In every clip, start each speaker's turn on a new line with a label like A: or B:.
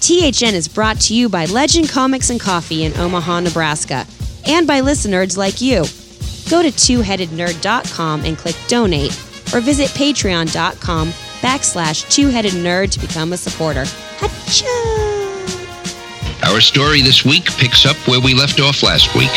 A: THN is brought to you by Legend Comics and Coffee in Omaha, Nebraska, and by listeners like you. Go to twoheadednerd.com and click donate, or visit patreon.com backslash twoheadednerd to become a supporter. Hacha!
B: Our story this week picks up where we left off last week.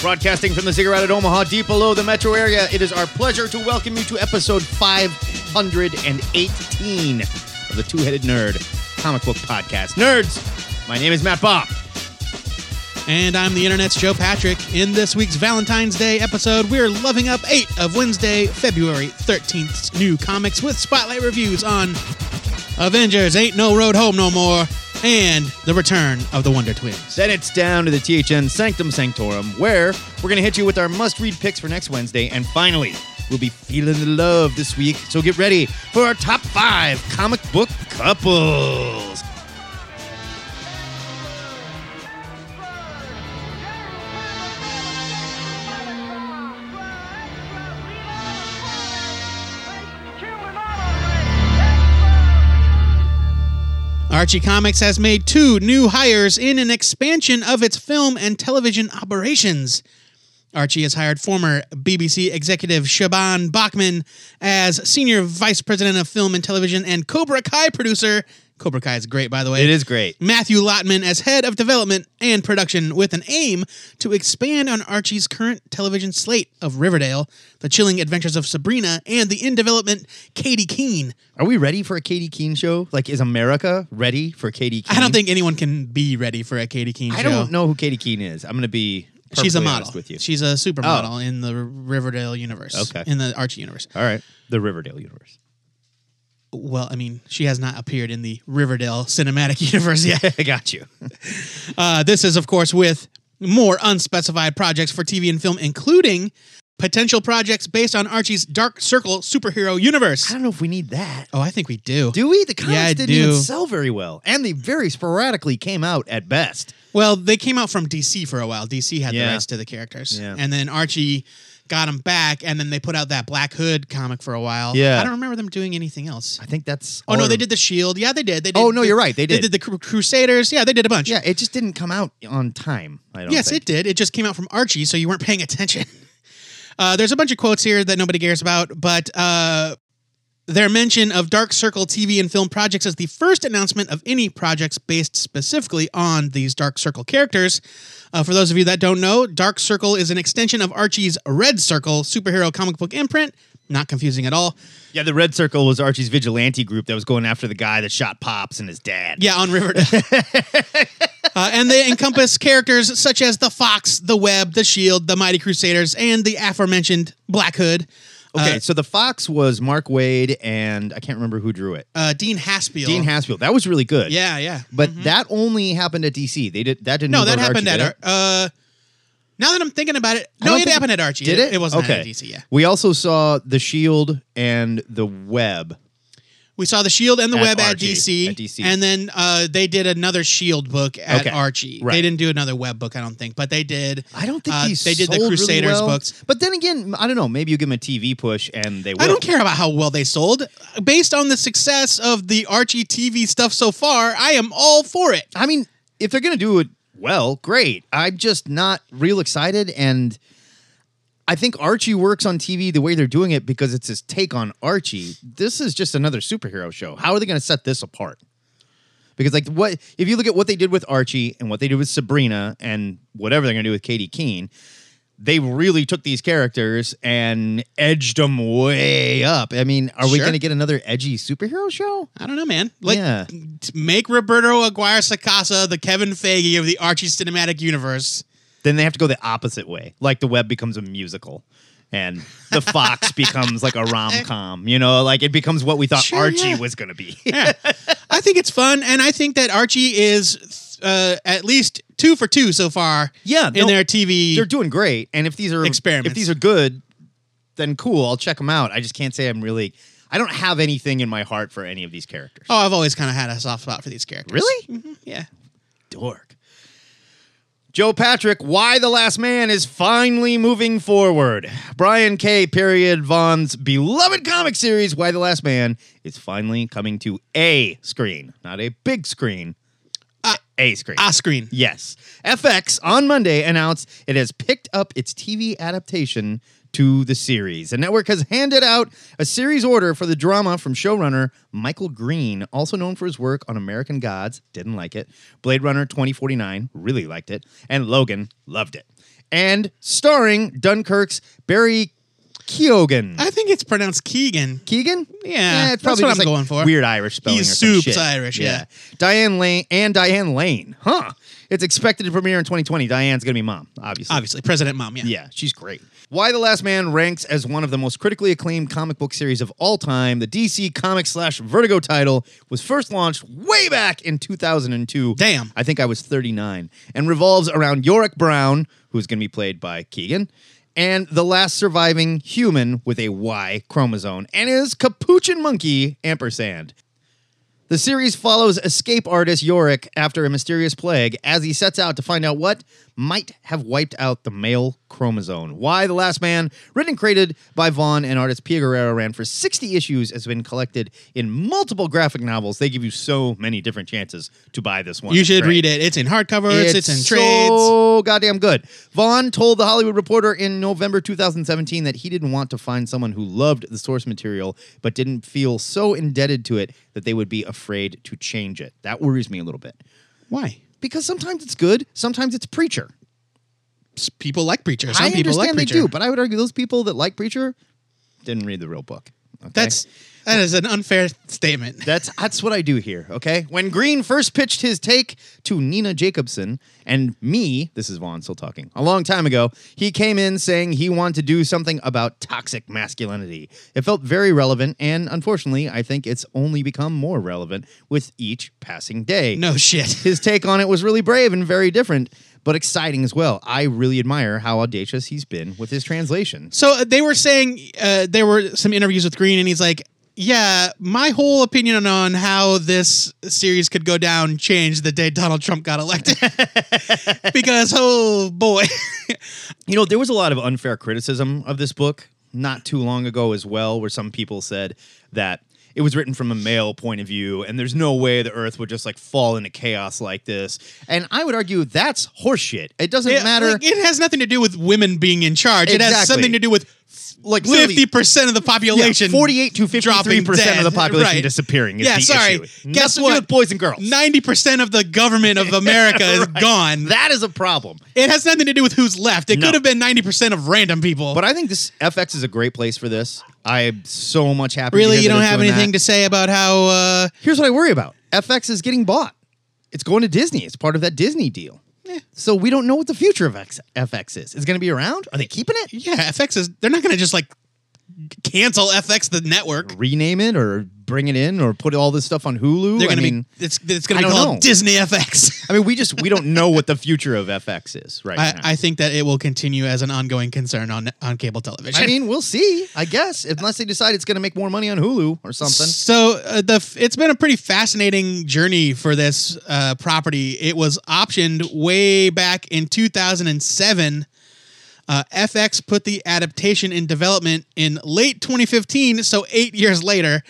C: Broadcasting from the cigarette at Omaha, deep below the metro area, it is our pleasure to welcome you to episode 518 of the Two Headed Nerd comic book podcast. Nerds, my name is Matt Bob.
D: And I'm the internet's Joe Patrick. In this week's Valentine's Day episode, we're loving up eight of Wednesday, February 13th's new comics with spotlight reviews on Avengers Ain't No Road Home No More and The Return of the Wonder Twins.
C: Then it's down to the THN Sanctum Sanctorum, where we're going to hit you with our must read picks for next Wednesday. And finally, we'll be feeling the love this week, so get ready for our top five comic book couples.
D: Archie Comics has made two new hires in an expansion of its film and television operations. Archie has hired former BBC executive Shaban Bachman as senior vice president of film and television and Cobra Kai producer. Cobra Kai is great, by the way.
C: It is great.
D: Matthew Lotman as head of development and production with an aim to expand on Archie's current television slate of Riverdale, The Chilling Adventures of Sabrina, and the in development Katie Keene.
C: Are we ready for a Katie Keene show? Like, is America ready for Katie Keene?
D: I don't think anyone can be ready for a Katie Keene
C: I
D: show.
C: don't know who Katie Keene is. I'm going to be
D: She's a
C: perfectly
D: model.
C: honest with you. Oh.
D: She's a supermodel in the Riverdale universe.
C: Okay.
D: In the Archie universe.
C: All right, the Riverdale universe.
D: Well, I mean, she has not appeared in the Riverdale cinematic universe yet.
C: I got you.
D: Uh, this is, of course, with more unspecified projects for TV and film, including potential projects based on Archie's Dark Circle superhero
C: I
D: universe.
C: don't know if we need that.
D: Oh, I think we do.
C: Do we? The comics
D: Yeah, I
C: didn't
D: do.
C: even sell very well, and they very sporadically came out at best.
D: Well, they came out from DC for a while. DC had
C: Yeah.
D: the rights to the characters,
C: Yeah.
D: and then Archie got them back, and then they put out that Black Hood comic for a while.
C: Yeah.
D: I don't remember them doing anything else.
C: I think that's.
D: Oh
C: all
D: no,
C: of-
D: they did the Shield. Yeah, they did. They did.
C: Oh, no,
D: the-
C: you're right. They did.
D: They did the Cru- Crusaders. Yeah, they did a bunch.
C: Yeah, it just didn't come out on time. I don't.
D: Yes,
C: think.
D: it did. It just came out from Archie, so you weren't paying attention. Uh, there's a bunch of quotes here that nobody cares about, but uh, their mention of Dark Circle TV and film projects is the first announcement of any projects based specifically on these Dark Circle characters. Uh, for those of you that don't know, Dark Circle is an extension of Archie's Red Circle superhero comic book imprint. Not confusing at all.
C: Yeah, the Red Circle was Archie's vigilante group that was going after the guy that shot Pops and his dad.
D: Yeah, on Riverdale. uh, and they encompass characters such as the Fox, the Web, the Shield, the Mighty Crusaders, and the aforementioned Black Hood.
C: Okay,
D: Uh,
C: so the Fox was Mark Wade and I can't remember who drew it.
D: uh, Dean Haspiel.
C: Dean Haspiel. That was really good.
D: Yeah, yeah.
C: But that only happened at DC. They did that didn't.
D: no,
C: move
D: that
C: over to
D: happened
C: Archie,
D: at
C: did
D: Ar-
C: it?
D: uh, now that I'm thinking about it,
C: I
D: no,
C: don't
D: it
C: think-
D: happened at Archie.
C: Did it?
D: It wasn't
C: okay.
D: at DC. Yeah,
C: We also saw the Shield and the Web.
D: we saw the Shield and the
C: At
D: Web at
C: Archie,
D: DC,
C: at DC.
D: and then uh, they did another Shield book at
C: Okay,
D: Archie.
C: right.
D: They didn't do another Web book, I don't think, but they did.
C: I don't think
D: uh,
C: these
D: they did the
C: sold really
D: Crusaders
C: well.
D: books.
C: But then again, I don't know. Maybe you give them a TV push and they. Will.
D: I don't care about how well they sold. Based on the success of the Archie TV stuff so far, I am all for it.
C: I mean, if they're gonna do it well, great. I'm just not real excited, and I think Archie works on TV the way they're doing it because it's his take on Archie. This is just another superhero show. How are they gonna set this apart? Because like what if you look at what they did with Archie and what they did with Sabrina and whatever they're gonna do with Katie Keene, they really took these characters and edged them way up. I mean, are we
D: Sure.
C: gonna get another edgy superhero show?
D: I don't know, man. Like,
C: Yeah.
D: t- make Roberto Aguirre Sacasa the Kevin Feige of the Archie cinematic universe.
C: then they have to go the opposite way. Like the web becomes a musical and the Fox becomes like a rom com, you know, like it becomes what we thought
D: Sure,
C: Archie
D: yeah.
C: was going to be.
D: Yeah. I think it's fun, and I think that Archie is uh, at least two for two so far.
C: Yeah,
D: in
C: no,
D: their TV.
C: They're doing great. And if these are
D: Experiments.
C: if these are good, then cool. I'll check them out. I just can't say I'm really, I don't have anything in my heart for any of these characters.
D: Mm-hmm, oh, I've always kind of had a soft spot for these characters.
C: Really?
D: Mhm, yeah.
C: Dork. Joe Patrick, Why the Last Man is finally moving forward. Brian K. Period Vaughn's beloved comic series, Why the Last Man, is finally coming to a screen, not a big screen. a screen.
D: Ah, screen.
C: Yes. FX on Monday announced it has picked up its TV adaptation to the series. The network has handed out a series order for the drama from showrunner Michael Green, also known for his work on American Gods, didn't like it, Blade Runner 2049, really liked it, and Logan, loved it. And starring Dunkirk's Barry Keoghan.
D: I think it's pronounced Keegan.
C: Keegan? Eh,
D: Yeah,
C: it's
D: that's
C: probably
D: what
C: just
D: I'm
C: like
D: going for.
C: Weird Irish spelling.
D: He's
C: or some
D: soups
C: shit.
D: Irish, yeah.
C: Diane Lane and Diane Lane, huh? It's expected to premiere in 2020. Diane's gonna be mom, obviously.
D: Obviously, President Mom. Yeah.
C: Yeah, she's great. Why the Last Man ranks as one of the most critically acclaimed comic book series of all time. The DC Comics slash Vertigo title was first launched way back in 2002.
D: Damn.
C: I think I was 39, and revolves around Yorick Brown, who's going to be played by Keegan, and the last surviving human with a Y chromosome, and his capuchin monkey ampersand. The series follows escape artist Yorick after a mysterious plague as he sets out to find out what might have wiped out the male chromosome. Why the Last Man, written and created by Vaughn and artist Pia Guerrero, ran for 60 issues, has been collected in multiple graphic novels. They give you so many different chances to buy this one.
D: You should
C: Great.
D: read it. It's in hardcover. It's, it's in trades.
C: So goddamn good. Vaughn told the Hollywood Reporter in November 2017 that he didn't want to find someone who loved the source material but didn't feel so indebted to it that they would be afraid to change it. That worries me a little bit
D: Why?
C: because sometimes it's good, sometimes it's preacher.
D: S- People like Preacher. Some
C: I
D: people
C: understand
D: like
C: they
D: Preacher.
C: do, but I would argue those people that like preacher didn't read the real book. okay?
D: That's that is an unfair statement.
C: That's that's what I do here, okay? When Green first pitched his take to Nina Jacobson and me, this is Vaughn still talking, a long time ago, he came in saying he wanted to do something about toxic masculinity. It felt very relevant, and unfortunately, I think it's only become more relevant with each passing day.
D: No shit.
C: His take on it was really brave and very different, but exciting as well. I really admire how audacious he's been with his translation.
D: So uh, they were saying uh, there were some interviews with Green, and he's like, "Yeah, my whole opinion on how this series could go down changed the day Donald Trump got elected because oh boy,
C: You know, there was a lot of unfair criticism of this book not too long ago as well, where some people said that it was written from a male point of view and there's no way the earth would just like fall into chaos like this. And I would argue that's horseshit. It doesn't
D: it,
C: matter.
D: like, it has nothing to do with women being in charge. It has
C: Exactly.
D: something to do with
C: like literally,
D: fifty percent of the
C: yeah,
D: population.
C: 48 to
D: dropping
C: 53 percent of
D: dead.
C: the population
D: Right.
C: disappearing. Is
D: Yeah,
C: the
D: sorry.
C: Issue. Nothing
D: Guess
C: to do
D: what?
C: with boys and girls.
D: Ninety percent of the government of America is gone.
C: that is a problem.
D: It has nothing to do with who's left. It
C: No.
D: could have been ninety percent of random people.
C: But I think this FX is a great place for this. I'm so much happy.
D: really, you don't have anything to say about how uh,
C: Here's what I worry about FX is getting bought. It's going to Disney. It's part of that Disney deal. So we don't know what the future of X- FX is. Is going to be around? Are they keeping it?
D: yeah, FX is. They're not going to just like cancel FX the network.
C: Rename it or bring it in or put all this stuff on Hulu?
D: They're going
C: I
D: to
C: mean,
D: be. It's it's going
C: I
D: to be
C: don't
D: called
C: know.
D: Disney FX.
C: I mean, we just we don't know what the future of FX is right now.
D: I, I think that it will continue as an ongoing concern on on cable television.
C: I mean, we'll see. I guess unless they decide it's going to make more money on Hulu or something.
D: So uh, the f- it's been a pretty fascinating journey for this uh, property. It was optioned way back in 2007. Uh, FX put the adaptation in development in late 2015, so eight years later,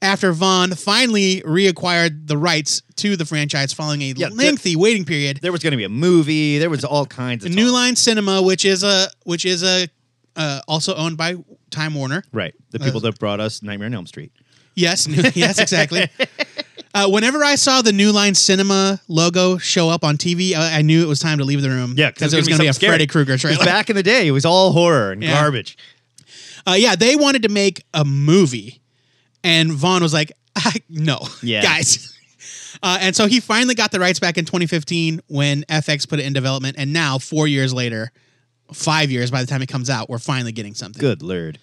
D: after Vaughn finally reacquired the rights to the franchise following a
C: Yeah, the-
D: lengthy waiting period.
C: There was going to be a movie. There was all kinds of
D: New
C: talk.
D: Line Cinema, which is a which is a uh, also owned by Time Warner,
C: Right, the people that brought us Nightmare on Elm Street.
D: Yes, new- yes, exactly. Uh, whenever I saw the New Line Cinema logo show up on TV, I, I knew it was time to leave the room. because it was going to be a Freddy Krueger trailer.
C: Back in the day, it was all horror and
D: Yeah.
C: garbage.
D: Uh, yeah, they wanted to make a movie, and Vaughn was like, I, "No,
C: Yeah.
D: guys." Uh, and so he finally got the rights back in 2015 when FX put it in development, and now four years later, five years by the time it comes out, we're finally getting something.
C: Good lord.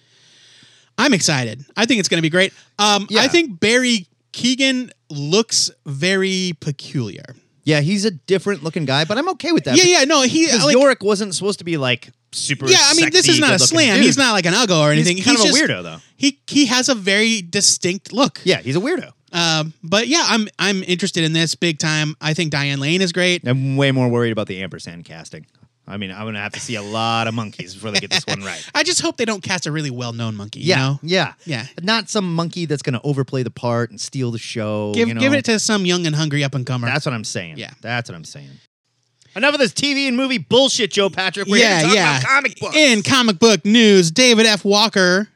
D: I'm excited. I think it's going to be great. Um,
C: Yeah.
D: I think Barry Keegan looks very peculiar.
C: Yeah, he's a different looking guy, but I'm okay with that.
D: yeah, yeah, no, he
C: Because
D: like,
C: Yorick wasn't supposed to be like super.
D: yeah. I mean, this is
C: sexy,
D: not a
C: good-looking
D: slam.
C: dude.
D: He's not like an uggo or
C: He's
D: anything.
C: kind of a
D: just-
C: weirdo, though.
D: He he has a very distinct look.
C: Yeah, he's a weirdo.
D: Um, but yeah, I'm I'm interested in this big time. I think Diane Lane is great.
C: I'm way more worried about the ampersand casting. I mean, I'm gonna have to see a lot of monkeys before they get this one right.
D: I just hope they don't cast a really well known monkey.
C: Yeah,
D: You know?
C: yeah,
D: Yeah.
C: Not some monkey that's gonna overplay the part and steal the show.
D: Give
C: you know?
D: give it to some young and hungry up and comer.
C: That's what I'm saying.
D: Yeah.
C: that's what I'm saying. Enough of this TV and movie bullshit, Joe Patrick. We're here
D: yeah,
C: to talk
D: yeah.
C: about comic books.
D: In comic book news, David F. Walker,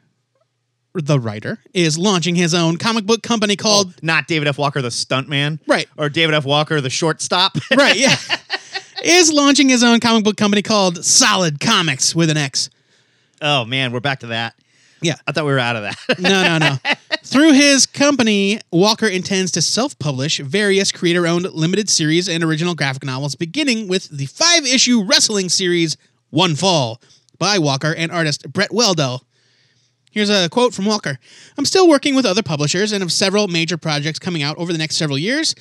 D: the writer, is launching his own comic book company called
C: Not David F. Walker, the stuntman,
D: Right.
C: Or David F. Walker, the shortstop.
D: Right, yeah. is launching his own comic book company called Solid Comics with an X.
C: oh man, we're back to that.
D: Yeah.
C: I thought we were out of that.
D: No, no, no. Through his company, Walker intends to self publish various creator owned limited series and original graphic novels, beginning with the five issue wrestling series One Fall by Walker and artist Brett Weldell. Here's a quote from Walker I'm still working with other publishers and have several major projects coming out over the next several years.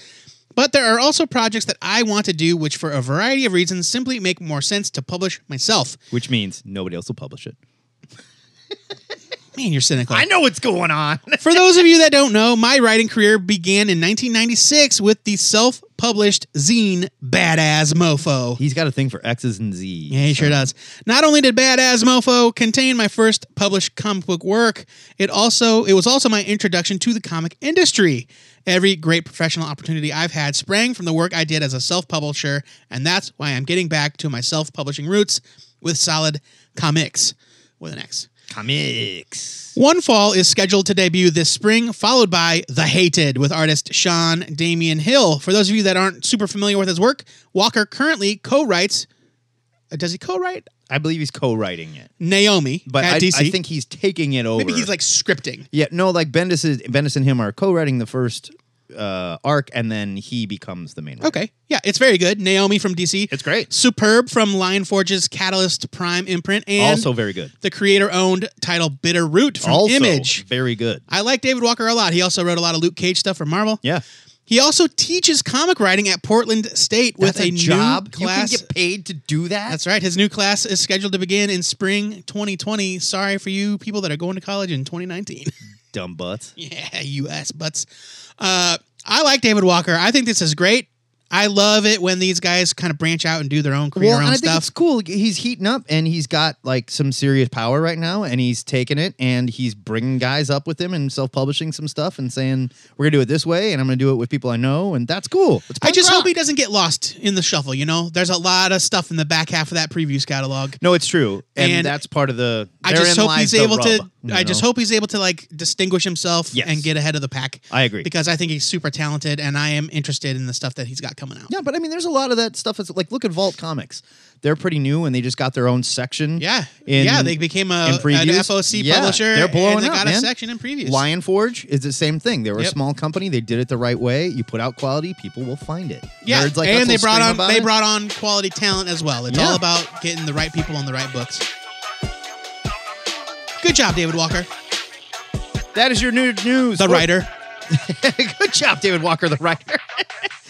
D: But there are also projects that I want to do, which for a variety of reasons simply make more sense to publish myself.
C: Which means nobody else will publish it.
D: Man, you're cynical.
C: I know what's going on.
D: For those of you that don't know, my writing career began in 1996 with the self published zine Badass Mofo.
C: He's got a thing for X's and Z's.
D: Yeah, he sure does. Not only did Badass Mofo contain my first published comic book work, it also it was also my introduction to the comic industry. Every great professional opportunity I've had sprang from the work I did as a self-publisher, and that's why I'm getting back to my self-publishing roots with Solid Comics with an X.
C: Comics.
D: One Fall is scheduled to debut this spring, followed by The Hated with artist Sean Damian Hill. For those of you that aren't super familiar with his work, Walker currently co writes, does he co write?
C: I believe he's co-writing it,
D: Naomi
C: but
D: at
C: I,
D: DC.
C: I think he's taking it over.
D: Maybe he's like scripting.
C: yeah, no, like Bendis is Bendis and him are co-writing the first uh, arc, and then he becomes the main. writer.
D: Okay. Yeah, it's very good. Naomi from DC.
C: It's great.
D: Superb from Lineforge's Catalyst Prime imprint. And
C: also very good.
D: the creator owned title Bitter Root from
C: Also
D: Image.
C: very good.
D: I like David Walker a lot. He also wrote a lot of Luke Cage stuff for Marvel.
C: Yeah,
D: He also teaches comic writing at Portland State with
C: That's
D: a,
C: job.
D: new class.
C: You can get paid to do that.
D: That's right. His new class is scheduled to begin in spring 2020. Sorry for you people that are going to college in 2019.
C: dumb butts.
D: yeah, U.S. butts. Uh, I like David Walker. I think this is great. I love it when these guys kind of branch out and do their own career
C: Well, and
D: own
C: I think
D: stuff.
C: it's cool. He's heating up, and he's got like some serious power right now, and he's taking it, and he's bringing guys up with him, and self-publishing some stuff, and saying we're gonna do it this way, and I'm gonna do it with people I know, and that's cool. It's
D: I
C: punk
D: just
C: rock.
D: hope he doesn't get lost in the shuffle. You know, there's a lot of stuff in the back half of that previews catalog.
C: No, it's true, and,
D: And
C: that's part of the.
D: I just
C: therein
D: hope
C: lies
D: he's
C: the
D: able
C: rub,
D: to.
C: you
D: I just
C: know?
D: hope he's able to like distinguish himself
C: Yes.
D: and get ahead of the pack.
C: I agree.
D: because I think he's super talented, and I am interested in the stuff that he's got coming out.
C: yeah, but I mean, there's a lot of that stuff. That's like, look at Vault Comics. They're pretty new, and they just got their own section.
D: Yeah,
C: in-
D: yeah, they became a
C: in
D: uh, an
C: previews.
D: FOC
C: Yeah,
D: publisher.
C: They're blowing
D: and they
C: up,
D: got a
C: man.
D: section in previews.
C: Lion Forge is the same thing. They were
D: Yep.
C: a small company. They did it the right way. You put out quality, people will find it.
D: Yeah,
C: Nerds like us
D: and they
C: will
D: brought
C: scream
D: on
C: about
D: they
C: it.
D: brought on quality talent as well. It's
C: Yeah.
D: all about getting the right people on the right books. Good job, David Walker,
C: That is your new news.
D: the
C: Oh,
D: writer.
C: Good job, David Walker, the writer.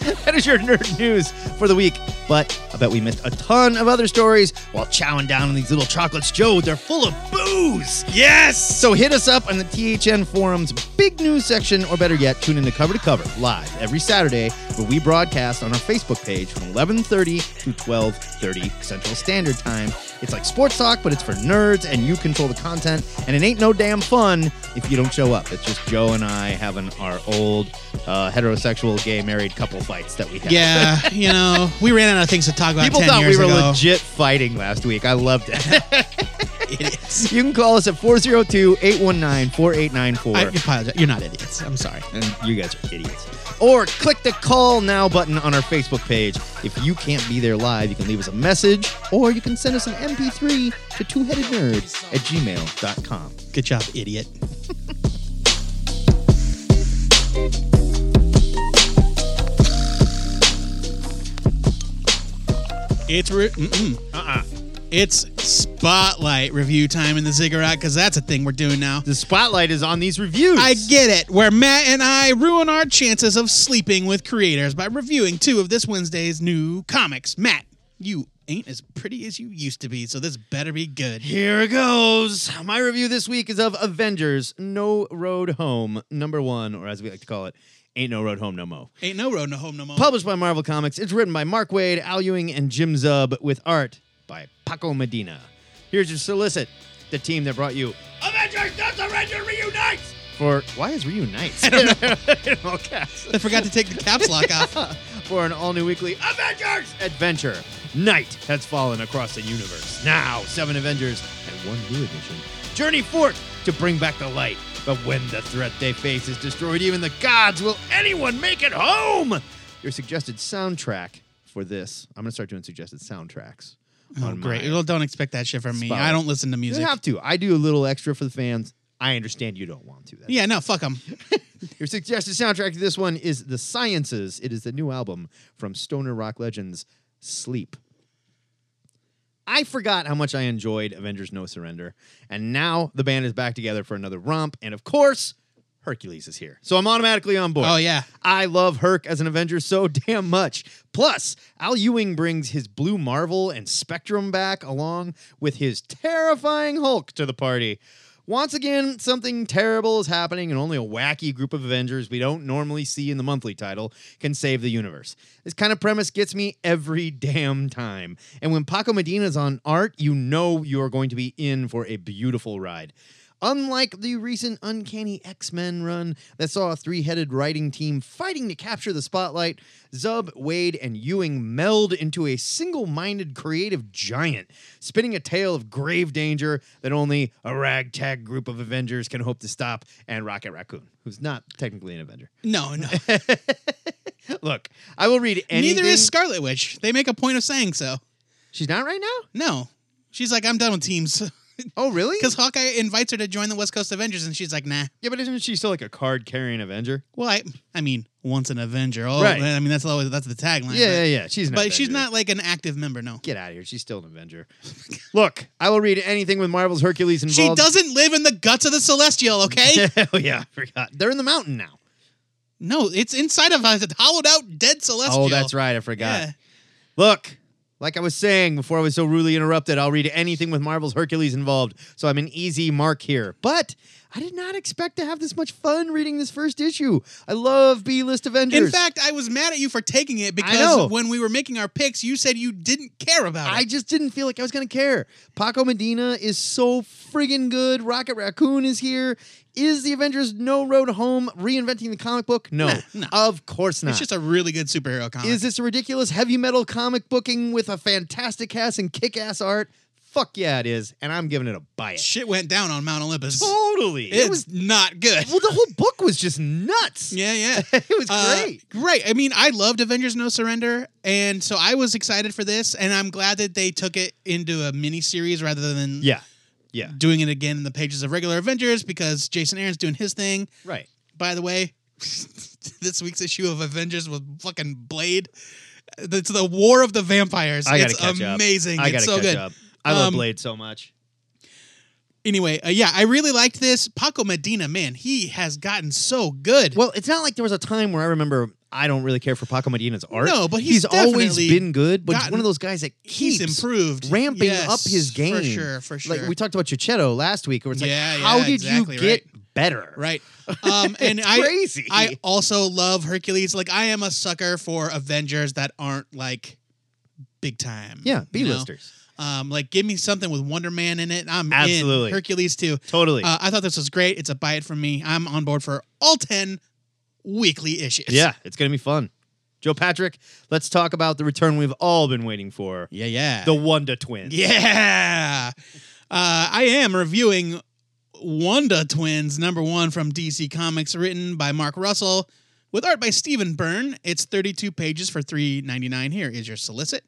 C: that is your nerd news for the week. But I bet we missed a ton of other stories while chowing down on these little chocolates, Joe. They're full of booze. Yes. So hit us up on the THN forums big news section, or better yet, tune in to Cover to Cover live every Saturday, where we broadcast on our Facebook page from 11:30 to 12:30 Central Standard Time. It's like sports talk, but it's for nerds, and you control the content. And it ain't no damn fun if you don't show up. It's just Joe and I having our old uh, heterosexual gay married couple fights that we have.
D: Yeah, you know, we ran out of things to talk about.
C: People
D: 10
C: thought
D: years
C: we were
D: ago.
C: legit fighting last week. I loved it.
D: idiots.
C: you can call us at 402 819 4894.
D: I apologize. You're not idiots. I'm sorry.
C: And you guys are idiots. Or click the call now button on our Facebook page. If you can't be there live, you can leave us a message or you can send us an MP3 to twoheadednerds at gmail.com.
D: Good job, idiot. it's re- mm-mm. uh-uh. It's spotlight review time in the ziggurat because that's a thing we're doing now.
C: The spotlight is on these reviews.
D: I get it. Where Matt and I ruin our chances of sleeping with creators by reviewing two of this Wednesday's new comics. Matt, you ain't as pretty as you used to be, so this better be good.
C: Here goes. My review this week is of Avengers No Road Home, number one, or as we like to call it, Ain't No Road Home No Mo.
D: Ain't no road no home no more.
C: Published by Marvel Comics, it's written by Mark Wade, Al Ewing, and Jim Zub, with art by Paco Medina. Here's your solicit, the team that brought you Avengers No Surrender Reunites! For why is reunites? I don't know.
D: I forgot to take the caps lock off.
C: for an all new weekly Avengers adventure. Night has fallen across the universe. Now, seven Avengers and one new edition journey forth to bring back the light. But when the threat they face is destroyed, even the gods will anyone make it home? Your suggested soundtrack for this. I'm going to start doing suggested soundtracks.
D: Oh,
C: on
D: great.
C: mine.
D: Well, don't expect that shit from me.
C: Spot.
D: I don't listen to
C: You
D: music.
C: don't have to. I do a little extra for the fans. I understand you don't want to. That's
D: Yeah, no, fuck them.
C: Your suggested soundtrack to this one is The Sciences. It is the new album from stoner rock legends Sleep. I forgot how much I enjoyed Avengers No Surrender, and now the band is back together for another romp, and of course, Hercules is here. So I'm automatically on board.
D: Oh, yeah.
C: I love Herc as an Avenger so damn much. Plus, Al Ewing brings his Blue Marvel and Spectrum back along with his terrifying Hulk to the party. Once again, something terrible is happening, and only a wacky group of Avengers we don't normally see in the monthly title can save the universe. This kind of premise gets me every damn time. And when Paco Medina's on art, you know you're going to be in for a beautiful ride. Unlike the recent Uncanny X Men run that saw a three headed writing team fighting to capture the spotlight, Zub, Wade, and Ewing meld into a single minded creative giant, spinning a tale of grave danger that only a ragtag group of Avengers can hope to stop, and Rocket Raccoon, who's not technically an Avenger.
D: No, no.
C: Look, I will read anything.
D: Neither is Scarlet Witch. They make a point of saying so.
C: She's not right now?
D: No. She's like, I'm done with teams.
C: Oh, really?
D: Because Hawkeye invites her to join the West Coast Avengers, and she's like, nah.
C: Yeah, but isn't she still like a card carrying Avenger?
D: Well, I, I mean, once an Avenger. Oh,
C: Right.
D: I mean, that's always that's the tagline.
C: Yeah,
D: but-
C: yeah, yeah. She's an
D: But she's
C: Avenger.
D: not like an active member, no.
C: Get out of here. She's still an Avenger. Look, I will read anything with Marvel's Hercules involved.
D: She doesn't live in the guts of the Celestial, okay?
C: oh, yeah, I forgot. They're in the mountain now.
D: no, it's inside of a hollowed out dead Celestial.
C: Oh, that's right. I forgot.
D: Yeah.
C: Look, like I was saying before I was so rudely interrupted, I'll read anything with Marvel's Hercules involved, so I'm an easy mark here. But I did not expect to have this much fun reading this first issue. I love B list Avengers.
D: In fact, I was mad at you for taking it
C: know.
D: because when we were making our picks, you said you didn't care about
C: I
D: it.
C: just didn't feel like I was gonna care. Paco Medina is so friggin' good. Rocket Raccoon is here. Is the Avengers No Road Home reinventing the comic book? No,
D: Nah, nah.
C: of course not.
D: It's just a really good superhero comic.
C: Is this a ridiculous heavy metal comic booking with a fantastic cast and kick ass art? Fuck yeah, it is. And I'm giving it a buy it.
D: Shit went down on Mount Olympus.
C: Totally.
D: it's
C: It was
D: not good.
C: well, the whole book was just nuts.
D: Yeah, yeah.
C: It was
D: Uh,
C: great.
D: Right. I mean, I loved Avengers No Surrender, and so I was excited for this, and I'm glad that they took it into a mini series rather than
C: Yeah. Yeah.
D: doing it again in the pages of regular Avengers because Jason Aaron's doing his thing.
C: Right.
D: By the way, this week's issue of Avengers was fucking Blade. It's the War of the Vampires.
C: I gotta
D: it's
C: catch up.
D: amazing.
C: I gotta
D: it's so
C: catch
D: good.
C: up. I love
D: Um,
C: Blade so much.
D: Anyway, uh, yeah, I really liked this. Paco Medina, man, he has gotten so good.
C: Well, it's not like there was a time where I remember I don't really care for Paco Medina's art.
D: No, but he's
C: always
D: definitely
C: been good, but he's
D: gotten-
C: one of those guys that keeps
D: He's improved,
C: ramping
D: Yes,
C: up his game.
D: for sure, for sure.
C: Like we talked about Chichetto last week, where it's
D: Yeah,
C: like, how
D: yeah,
C: did
D: exactly
C: you get better?
D: right? Um, and
C: It's
D: I,
C: crazy.
D: I also love Hercules. Like I am a sucker for Avengers that aren't like big time.
C: Yeah,
D: you
C: B
D: know?
C: listers.
D: Um, like give me something with Wonder Man in it. I'm
C: Absolutely.
D: in. Hercules too.
C: Totally.
D: Uh, I thought this was great. It's a buy it from me. I'm on board for all ten weekly issues.
C: yeah, it's gonna be fun. Joe Patrick, let's talk about the return we've all been waiting for.
D: yeah, yeah.
C: The Wanda twins.
D: Yeah. Uh, I am reviewing Wanda Twins, number one from DC Comics, written by Mark Russell, with art by Stephen Byrne. It's 32 pages for $3.99. Here is your solicit.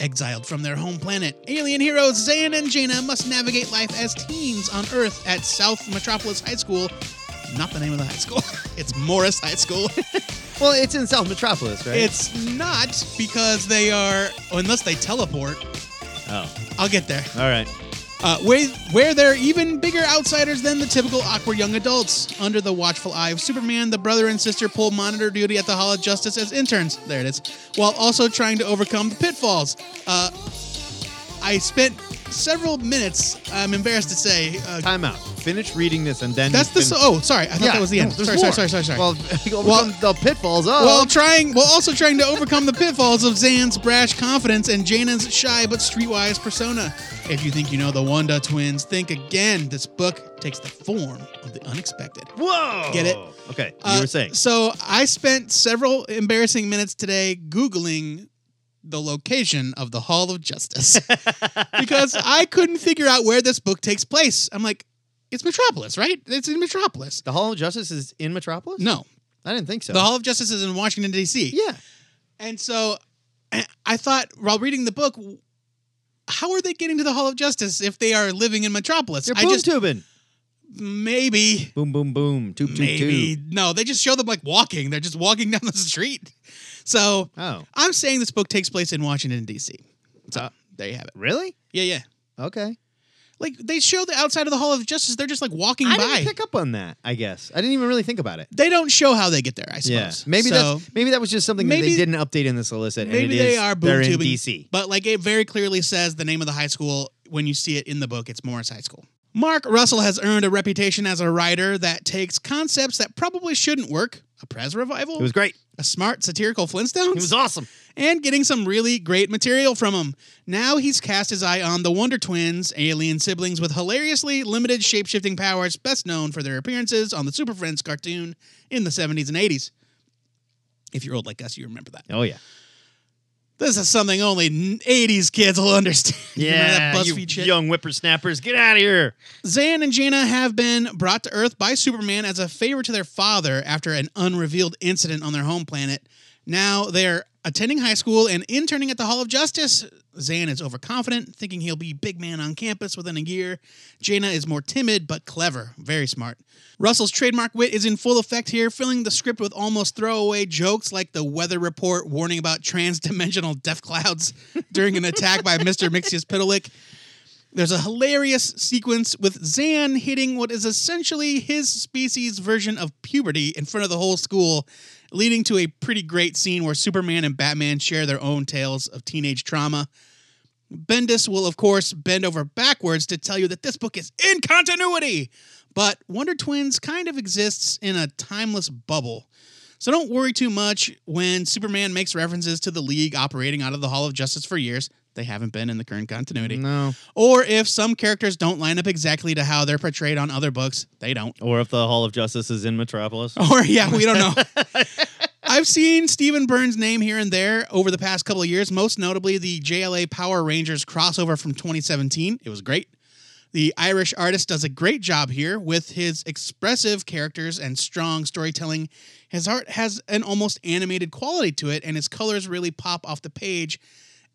D: Exiled from their home planet, alien heroes Zan and Jaina must navigate life as teens on Earth at South Metropolis High School. Not the name of the high school. It's Morris High School.
C: Well, it's in South Metropolis, right?
D: it's not because they are, unless they teleport.
C: oh,
D: I'll get there.
C: all right.
D: uh, where, where they're even bigger outsiders than the typical awkward young adults. Under the watchful eye of Superman, the brother and sister pull monitor duty at the Hall of Justice as interns. There it is. While also trying to overcome the pitfalls. Uh, I spent several minutes, I'm embarrassed to say. Uh,
E: Time out. Finish reading this and then.
D: that's the.
E: you
D: So-
E: fin-
D: oh, sorry. I thought that was the
C: no,
D: end.
C: there's
D: sorry,
C: more.
D: sorry, sorry, sorry, sorry.
C: Well,
D: Well-
C: well the pitfalls. Oh,
D: While trying, while also trying to overcome the pitfalls of Zan's brash confidence and Jana's shy but streetwise persona. If you think you know the Wanda twins, think again. This book takes the form of the unexpected.
C: whoa!
D: Get it?
C: Okay, you
D: Uh,
C: were saying.
D: So I spent several embarrassing minutes today googling the location of the Hall of Justice because I couldn't figure out where this book takes place. I'm like, it's Metropolis, right? It's in Metropolis.
C: The Hall of Justice is in Metropolis?
D: No,
C: I didn't think so.
D: the Hall of Justice is in Washington D.C.
C: Yeah.
D: And so I- I thought while reading the book, how are they getting to the Hall of Justice if they are living in Metropolis?
C: They're
D: I
C: boom
D: just
C: tubing.
D: maybe
C: Boom, boom, boom. Tube, tube,
D: maybe
C: tube.
D: no, they just show them like walking. They're just walking down the street. So
C: Oh,
D: I'm saying this book takes place in Washington D.C. So there you have it.
C: really?
D: Yeah, yeah.
C: Okay.
D: Like they show the outside of the Hall of Justice. They're just like walking
E: I
D: by.
E: didn't pick up on that.
C: I guess. I didn't even really think about it.
D: they don't show how they get there. I suppose.
C: Yeah. Maybe
D: so,
C: that's maybe that was just something that
D: Maybe-
C: they didn't update in the solicit. and
D: Maybe
C: it is-
D: they are boom
C: They're in
D: tubing,
C: DC.
D: But like it very clearly says the name of the high school when you see it in the book, it's Morris High School. Mark Russell has earned a reputation as a writer that takes concepts that probably shouldn't work, a Prez revival,
C: It was great.
D: a smart satirical Flintstones,
C: It was awesome.
D: and getting some really great material from him. Now he's cast his eye on the Wonder Twins, alien siblings with hilariously limited shapeshifting powers, best known for their appearances on the Super Friends cartoon in the 70s and 80s. If you're old like us, you remember that.
C: Oh yeah.
D: This is something only n- 80s kids will understand. You remember that BuzzFeed shit?
C: whippersnappers, get out of here.
D: Zan and Jaina have been brought to Earth by Superman as a favor to their father after an unrevealed incident on their home planet. Now they're attending high school and interning at the Hall of Justice. Zan is overconfident, thinking he'll be big man on campus within a year. Jaina is more timid but clever, very smart. Russell's trademark wit is in full effect here, filling the script with almost throwaway jokes like the weather report warning about trans-dimensional death clouds during an attack by Mr. Mixius Pitalik. There's a hilarious sequence with Zan hitting what is essentially his species' version of puberty in front of the whole school, leading to a pretty great scene where Superman and Batman share their own tales of teenage trauma. Bendis will, of course, bend over backwards to tell you that this book is in continuity, but Wonder Twins kind of exists in a timeless bubble. So don't worry too much when Superman makes references to the League operating out of the Hall of Justice for years. They haven't been in the current continuity.
C: No.
D: Or if some characters don't line up exactly to how they're portrayed on other books, they don't.
E: Or if the Hall of Justice is in Metropolis.
D: Or yeah, we don't know. I've seen Stephen Burns' name here and there over the past couple of years, most notably the JLA Power Rangers crossover from 2017. It was great. The Irish artist does a great job here with his expressive characters and strong storytelling. His art has an almost animated quality to it, and his colors really pop off the page.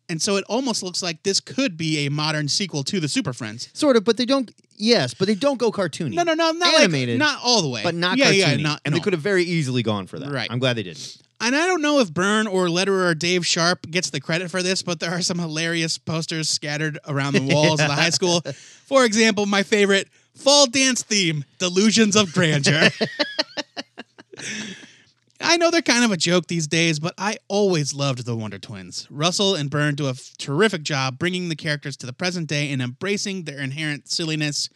D: And so it almost looks like this could be a modern sequel to the Super Friends.
C: Sort of, but they don't yes, but they don't go cartoony.
D: No, no, no, not like-
C: animated.
D: not all the way,
C: but not
D: yeah,
C: cartoony.
D: yeah, not.
C: and
D: no.
C: they could have very easily gone for that.
D: Right.
C: I'm glad they didn't.
D: And I don't know if Byrne or Letterer or Dave Sharp gets the credit for this, but there are some hilarious posters scattered around the walls of the high school. For example, my favorite fall dance theme, Delusions of Grandeur. I know they're kind of a joke these days, but I always loved the Wonder Twins. Russell and Byrne do a f- terrific job bringing the characters to the present day and embracing their inherent silliness.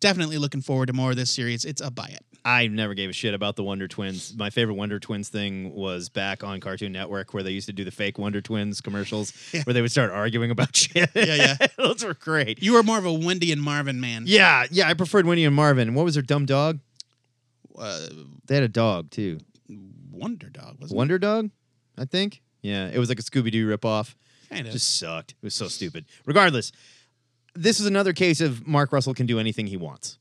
D: Definitely looking forward to more of this series. It's a buy it.
E: I never gave a shit about the Wonder Twins. My favorite Wonder Twins thing was back on Cartoon Network where they used to do the fake Wonder Twins commercials where they would start arguing about shit.
D: Yeah, yeah.
E: Those were great.
D: You are more of a Wendy and Marvin man.
E: Yeah, yeah. I preferred Winnie and Marvin. What was their dumb dog?
D: Uh,
E: They had a dog too.
D: Wonder Dog was
E: Wonder Dog, I think. Yeah, it was like a Scooby Doo ripoff.
D: kind of
E: Just sucked. It was so stupid. Regardless, this is another case of Mark Russell can do anything he wants.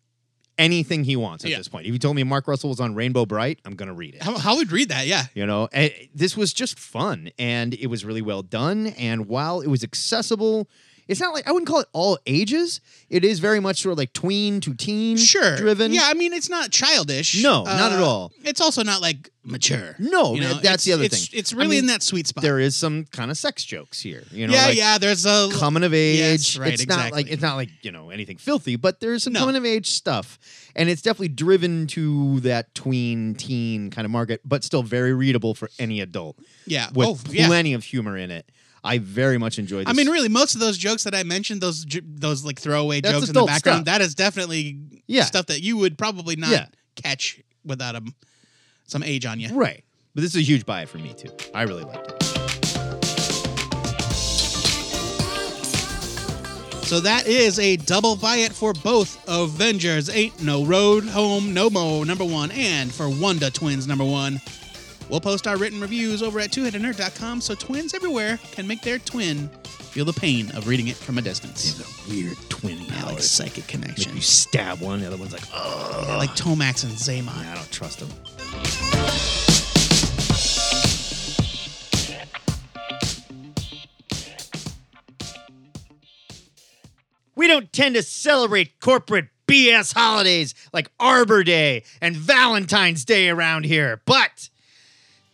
E: Anything he wants at
D: Yeah.
E: this point. If you told me Mark Russell was on Rainbow Bright, I'm gonna read it.
D: How, how would read that? Yeah.
E: You know, and this was just fun and it was really well done. And while it was accessible,
C: It's not like I wouldn't call it all ages. It is very much sort of like tween to teen,
D: sure
C: driven.
D: Yeah, I mean it's not childish. Uh,
C: No, not at all.
D: It's also not like mature.
C: No,
D: you know?
C: that's the
D: It's-
C: other
D: it's-
C: thing.
D: It's
C: I
D: really
C: mean,
D: in that sweet spot.
C: There is some kind of sex jokes here. You know,
D: yeah,
C: like
D: yeah. There's a
C: coming of age.
D: Yes, right,
C: it's not
D: exactly.
C: like it's not like you know anything filthy, but there's some
D: No.
C: coming of age stuff, and it's definitely driven to that tween teen kind of market, but still very readable for any adult.
D: Yeah.
C: with
D: Oh, yeah.
C: plenty of humor in it. I very much enjoyed. This.
D: I mean, really, most of those jokes that I mentioned, those j- those like throwaway
C: That's
D: jokes in the
C: adult
D: background,
C: stuff.
D: that is definitely
C: Yeah.
D: stuff that you would probably not
C: Yeah.
D: catch without um, some age on you.
C: right? But this is a huge buy for me too. I really liked it.
D: So that is a double buy-it for both Avengers Ain't No Road Home No Mo number one and for Wanda Twins number one. We'll post our written reviews over at twoheadednerd.com so twins everywhere can make their twin feel the pain of reading it from a distance.
C: Weird twin
D: Yeah, like
C: powers.
D: psychic connection.
C: You stab one, the other one's like, oh,
D: like Tomax and Zaymon.
C: I don't trust him. We don't tend to celebrate corporate BS holidays like Arbor Day and Valentine's Day around here, but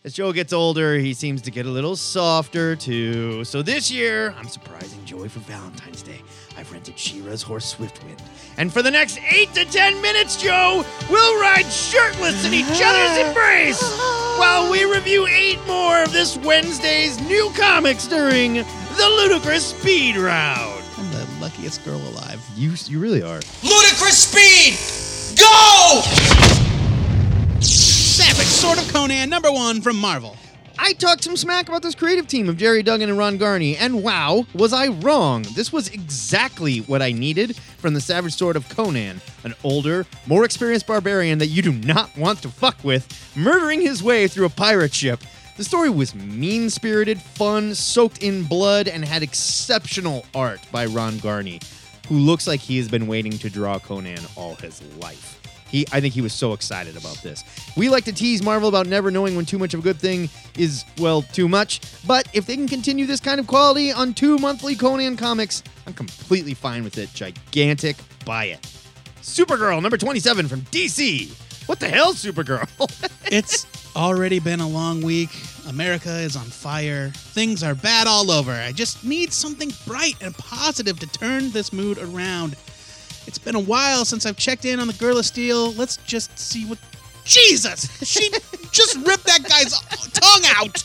C: as Joe gets older, he seems to get a little softer too. So this year, I'm surprising Joey for Valentine's Day. I've rented Shira's horse Swiftwind, and for the next eight to ten minutes, Joe, we'll ride shirtless in each other's embrace while we review eight more of this Wednesday's new comics during the ludicrous speed round.
D: I'm the luckiest girl alive.
C: You you really are.
F: Ludicrous speed! Go!
D: Savage Sword of Conan, number one from Marvel.
C: I talked some smack about this creative team of Jerry Duggan and Ron Garney, and wow, was I wrong. This was exactly what I needed from the Savage Sword of Conan, an older, more experienced barbarian that you do not want to fuck with, murdering his way through a pirate ship. The story was mean spirited, fun, soaked in blood, and had exceptional art by Ron Garney, who looks like he has been waiting to draw Conan all his life. He, I think he was so excited about this. We like to tease Marvel about never knowing when too much of a good thing is, well, too much. But if they can continue this kind of quality on two monthly Conan comics, I'm completely fine with it. Gigantic buy it. Supergirl number 27 from DC. What the hell, Supergirl?
D: It's already been a long week. America is on fire. Things are bad all over. I just need something bright and positive to turn this mood around. It's been a while since I've checked in on the Girl of Steel. Let's just see what. Jesus! She just ripped that guy's tongue out!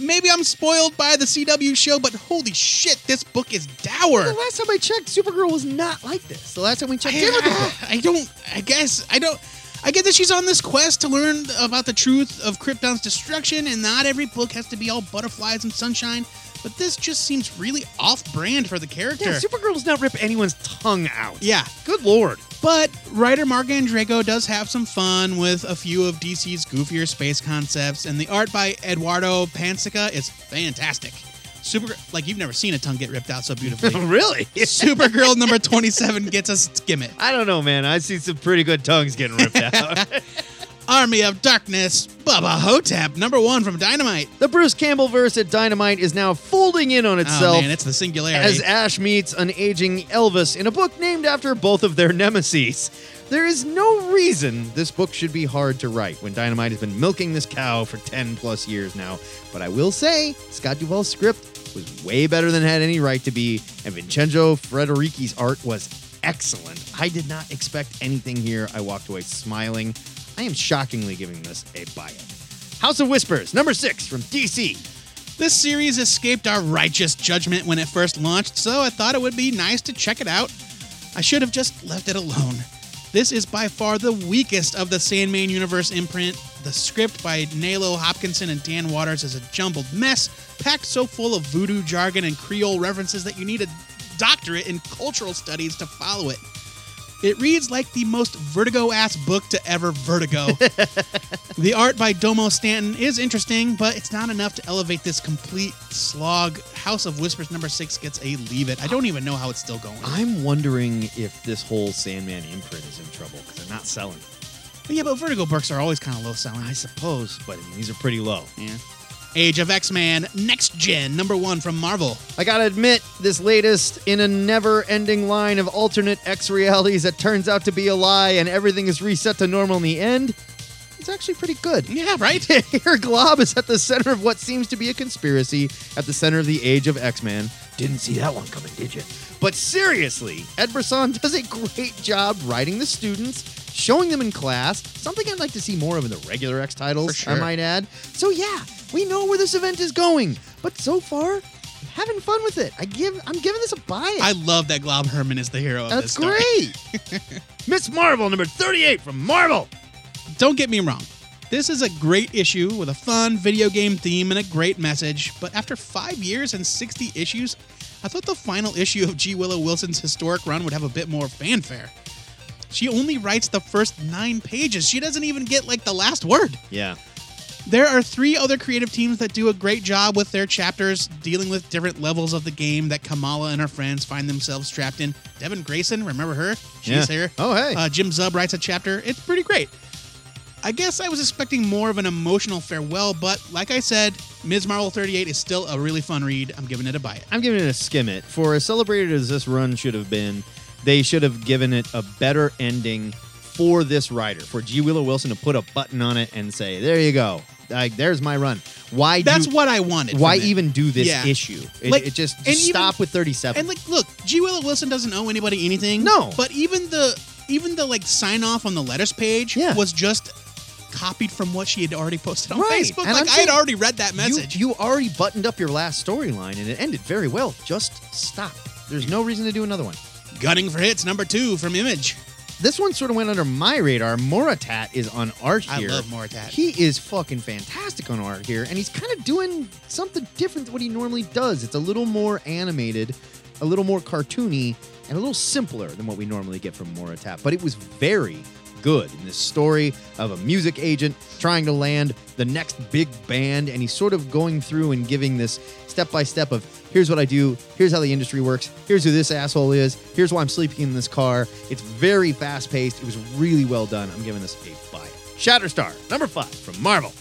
D: Maybe I'm spoiled by the CW show, but holy shit, this book is dour.
C: the last time I checked, Supergirl was not like this. The last time we checked in with her.
D: I, I don't. I guess I don't. I get that she's on this quest to learn about the truth of Krypton's destruction, and not every book has to be all butterflies and sunshine. But this just seems really off-brand for the character.
C: Yeah, Supergirl does not rip anyone's tongue out.
D: Yeah.
C: Good lord.
D: But writer Mark Andrego does have some fun with a few of DC's goofier space concepts, and the art by Eduardo Pansica is fantastic. Super, like you've never seen a tongue get ripped out so beautifully.
C: really?
D: Supergirl number twenty-seven gets a skimmet.
C: I don't know, man. I see some pretty good tongues getting ripped out.
D: Army of Darkness, Bubba Hotep, number one from Dynamite.
C: the Bruce Campbell verse at Dynamite is now folding in on itself
D: Oh man, it's the singularity.
C: as Ash meets an aging Elvis in a book named after both of their nemesis. There is no reason this book should be hard to write when Dynamite has been milking this cow for 10 plus years now. But I will say, Scott Duvall's script was way better than it had any right to be, and Vincenzo Frederici's art was excellent. I did not expect anything here. I walked away smiling. I am shockingly giving this a buy it. House of Whispers, number six from DC.
D: this series escaped our righteous judgment when it first launched, so I thought it would be nice to check it out. I should have just left it alone. This is by far the weakest of the Sandman universe imprint. The script by Nalo Hopkinson and Dan Waters is a jumbled mess, packed so full of voodoo jargon and Creole references that you need a doctorate in cultural studies to follow it. It reads like the most vertigo ass book to ever vertigo. the art by Domo Stanton is interesting, but it's not enough to elevate this complete slog. House of Whispers number six gets a leave it. I don't even know how it's still going.
C: I'm wondering if this whole Sandman imprint is in trouble because they're not selling.
D: But yeah, but vertigo books are always kind of low selling.
C: I suppose, but I mean, these are pretty low.
D: Yeah. Age of X Man, Next Gen, number one from Marvel.
C: I gotta admit, this latest, in a never ending line of alternate X realities that turns out to be a lie and everything is reset to normal in the end, it's actually pretty good.
D: Yeah, right?
C: Here, Glob is at the center of what seems to be a conspiracy at the center of the age of X Men. Didn't see that one coming, did you? But seriously, Ed Brisson does a great job writing the students, showing them in class, something I'd like to see more of in the regular X titles,
D: For
C: I
D: sure.
C: might add. So, yeah, we know where this event is going, but so far, I'm having fun with it. I give, I'm giving this a buy.
D: I love that Glob Herman is the hero of
C: That's
D: this story.
C: great. Miss Marvel, number 38 from Marvel.
D: Don't get me wrong. This is a great issue with a fun video game theme and a great message, but after five years and 60 issues, I thought the final issue of G. Willow Wilson's historic run would have a bit more fanfare. She only writes the first nine pages. She doesn't even get like the last word.
E: Yeah.
D: There are three other creative teams that do a great job with their chapters, dealing with different levels of the game that Kamala and her friends find themselves trapped in. Devin Grayson, remember her? She's
E: Yeah.
D: here.
C: Oh, hey.
D: Uh, Jim Zub writes a chapter. It's pretty great. I guess I was expecting more of an emotional farewell, but like I said, Ms. Marvel 38 is still a really fun read. I'm giving it a buy it.
E: I'm giving it a skim it. For as celebrated as this run should have been, they should have given it a better ending for this writer, for G. Willow Wilson to put a button on it and say, "There you go, like there's my run." Why?
D: That's
E: do,
D: what I wanted.
E: Why
D: from it.
E: even do this
D: Yeah.
E: issue? It,
D: Like,
E: it just,
D: and
E: just
D: even-
E: stop with 37.
D: And like, look, G. Willow Wilson doesn't owe anybody anything.
E: No.
D: but even the even the like sign off on the letters page
E: Yeah.
D: was just copied from what she had already posted on
E: Right.
D: Facebook.
E: And
D: like
E: I'm
D: I had
E: saying-
D: already read that
E: You-
D: message.
E: You, already buttoned up your last storyline, and it ended very well. Just stop. There's no reason to do another one.
D: Gunning for hits, number two from Image.
C: This one sort of went under my radar. Moratat is on art
D: I
C: here.
D: love Moratat.
C: He is fucking fantastic on art here, and he's kind of doing something different than what he normally does. It's a little more animated, a little more cartoony, and a little simpler than what we normally get from Moratat. But it was very good in this story of a music agent trying to land the next big band, and he's sort of going through and giving this step by step of here's what I do, here's how the industry works, here's who this asshole is, here's why I'm sleeping in this car. It's very fast paced. It was really well done. I'm giving this a buy. Shatterstar, number five from Marvel.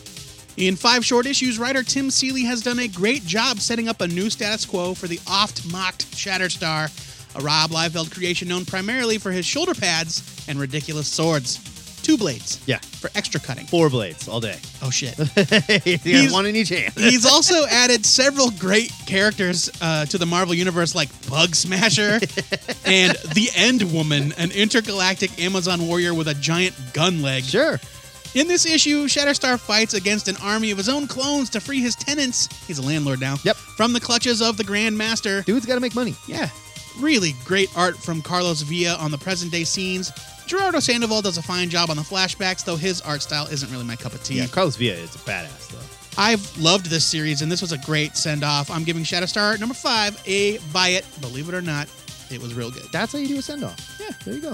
D: In five short issues, writer Tim Seeley has done a great job setting up a new status quo for the oft mocked Shatterstar, a Rob Liefeld creation known primarily for his shoulder pads and ridiculous swords. Two blades.
E: Yeah.
D: For extra cutting.
E: Four blades all day.
D: Oh shit.
C: He's one in each hand.
D: He's also added several great characters uh, to the Marvel Universe, like Bug Smasher and the End Woman, an intergalactic Amazon warrior with a giant gun leg.
C: Sure.
D: In this issue, Shatterstar fights against an army of his own clones to free his tenants. He's a landlord now.
C: Yep.
D: From the clutches of the Grand Master.
C: Dude's got to make money.
D: Yeah. Really great art from Carlos Villa on the present day scenes. Gerardo Sandoval does a fine job on the flashbacks, though his art style isn't really my cup of tea.
E: Yeah, Carlos Villa is a badass though.
D: I've loved this series, and this was a great send off. I'm giving Shatterstar number five a buy it. Believe it or not, it was real good.
C: That's how you do a send off. Yeah, there you go.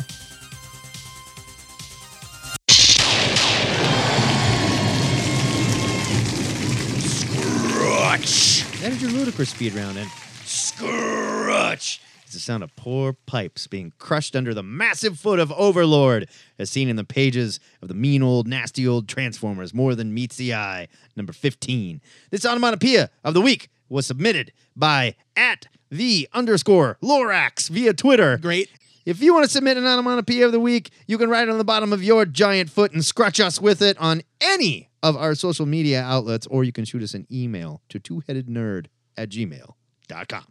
E: That is your ludicrous speed round, and scratch. It's the sound of poor pipes being crushed under the massive foot of Overlord, as seen in the pages of the mean old, nasty old Transformers, more than meets the eye. Number fifteen. This onomatopoeia of the week was submitted by at the underscore Lorax via Twitter.
D: Great.
C: If you want to submit an onomatopoeia of the week, you can write it on the bottom of your giant foot and scratch us with it on any of our social media outlets, or you can shoot us an email to twoheadednerd at gmail.com.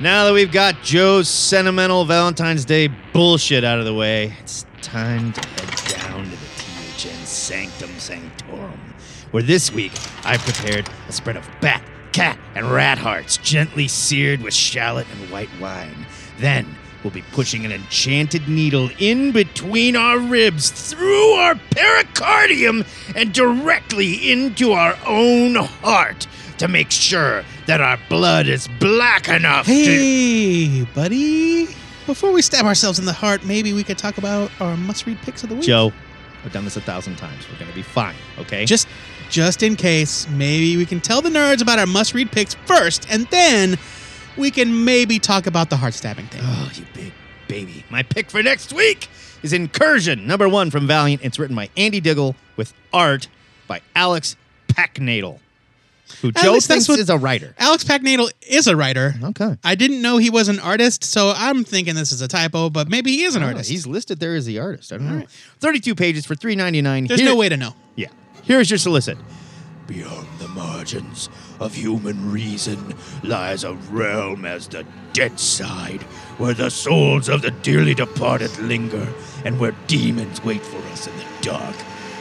C: Now that we've got Joe's sentimental Valentine's Day bullshit out of the way, it's time to head down to the THN Sanctum Sanctorum, where this week I've prepared a spread of bat, cat, and rat hearts gently seared with shallot and white wine. Then we'll be pushing an enchanted needle in between our ribs, through our pericardium, and directly into our own heart to make sure that our blood is black enough to.
D: Hey, buddy. Before we stab ourselves in the heart, maybe we could talk about our must-read picks of the week.
E: Joe, I've done this a thousand times. We're gonna be fine, okay?
D: Just, just in case, maybe we can tell the nerds about our must-read picks first, and then we can maybe talk about the heart stabbing thing.
E: oh, you big
C: baby. My pick for next week is Incursion, number one from Valiant. It's written by Andy Diggle with art by Alex Packnadle, who
D: At
C: Joe
D: least that's
C: thinks
D: what-
C: is a writer.
D: Alex Packnadle is a writer.
C: Okay.
D: I didn't know he was an artist, so I'm thinking this is a typo, but maybe he is an
C: Oh,
D: artist.
C: He's listed there as the artist. I don't know. 32 pages for 3.99.
D: There's
C: Here-
D: no way to know.
C: Yeah. Here's your solicit.
G: Beyond the margins of human reason lies a realm as the dead side, where the souls of the dearly departed linger, and where demons wait for us in the dark.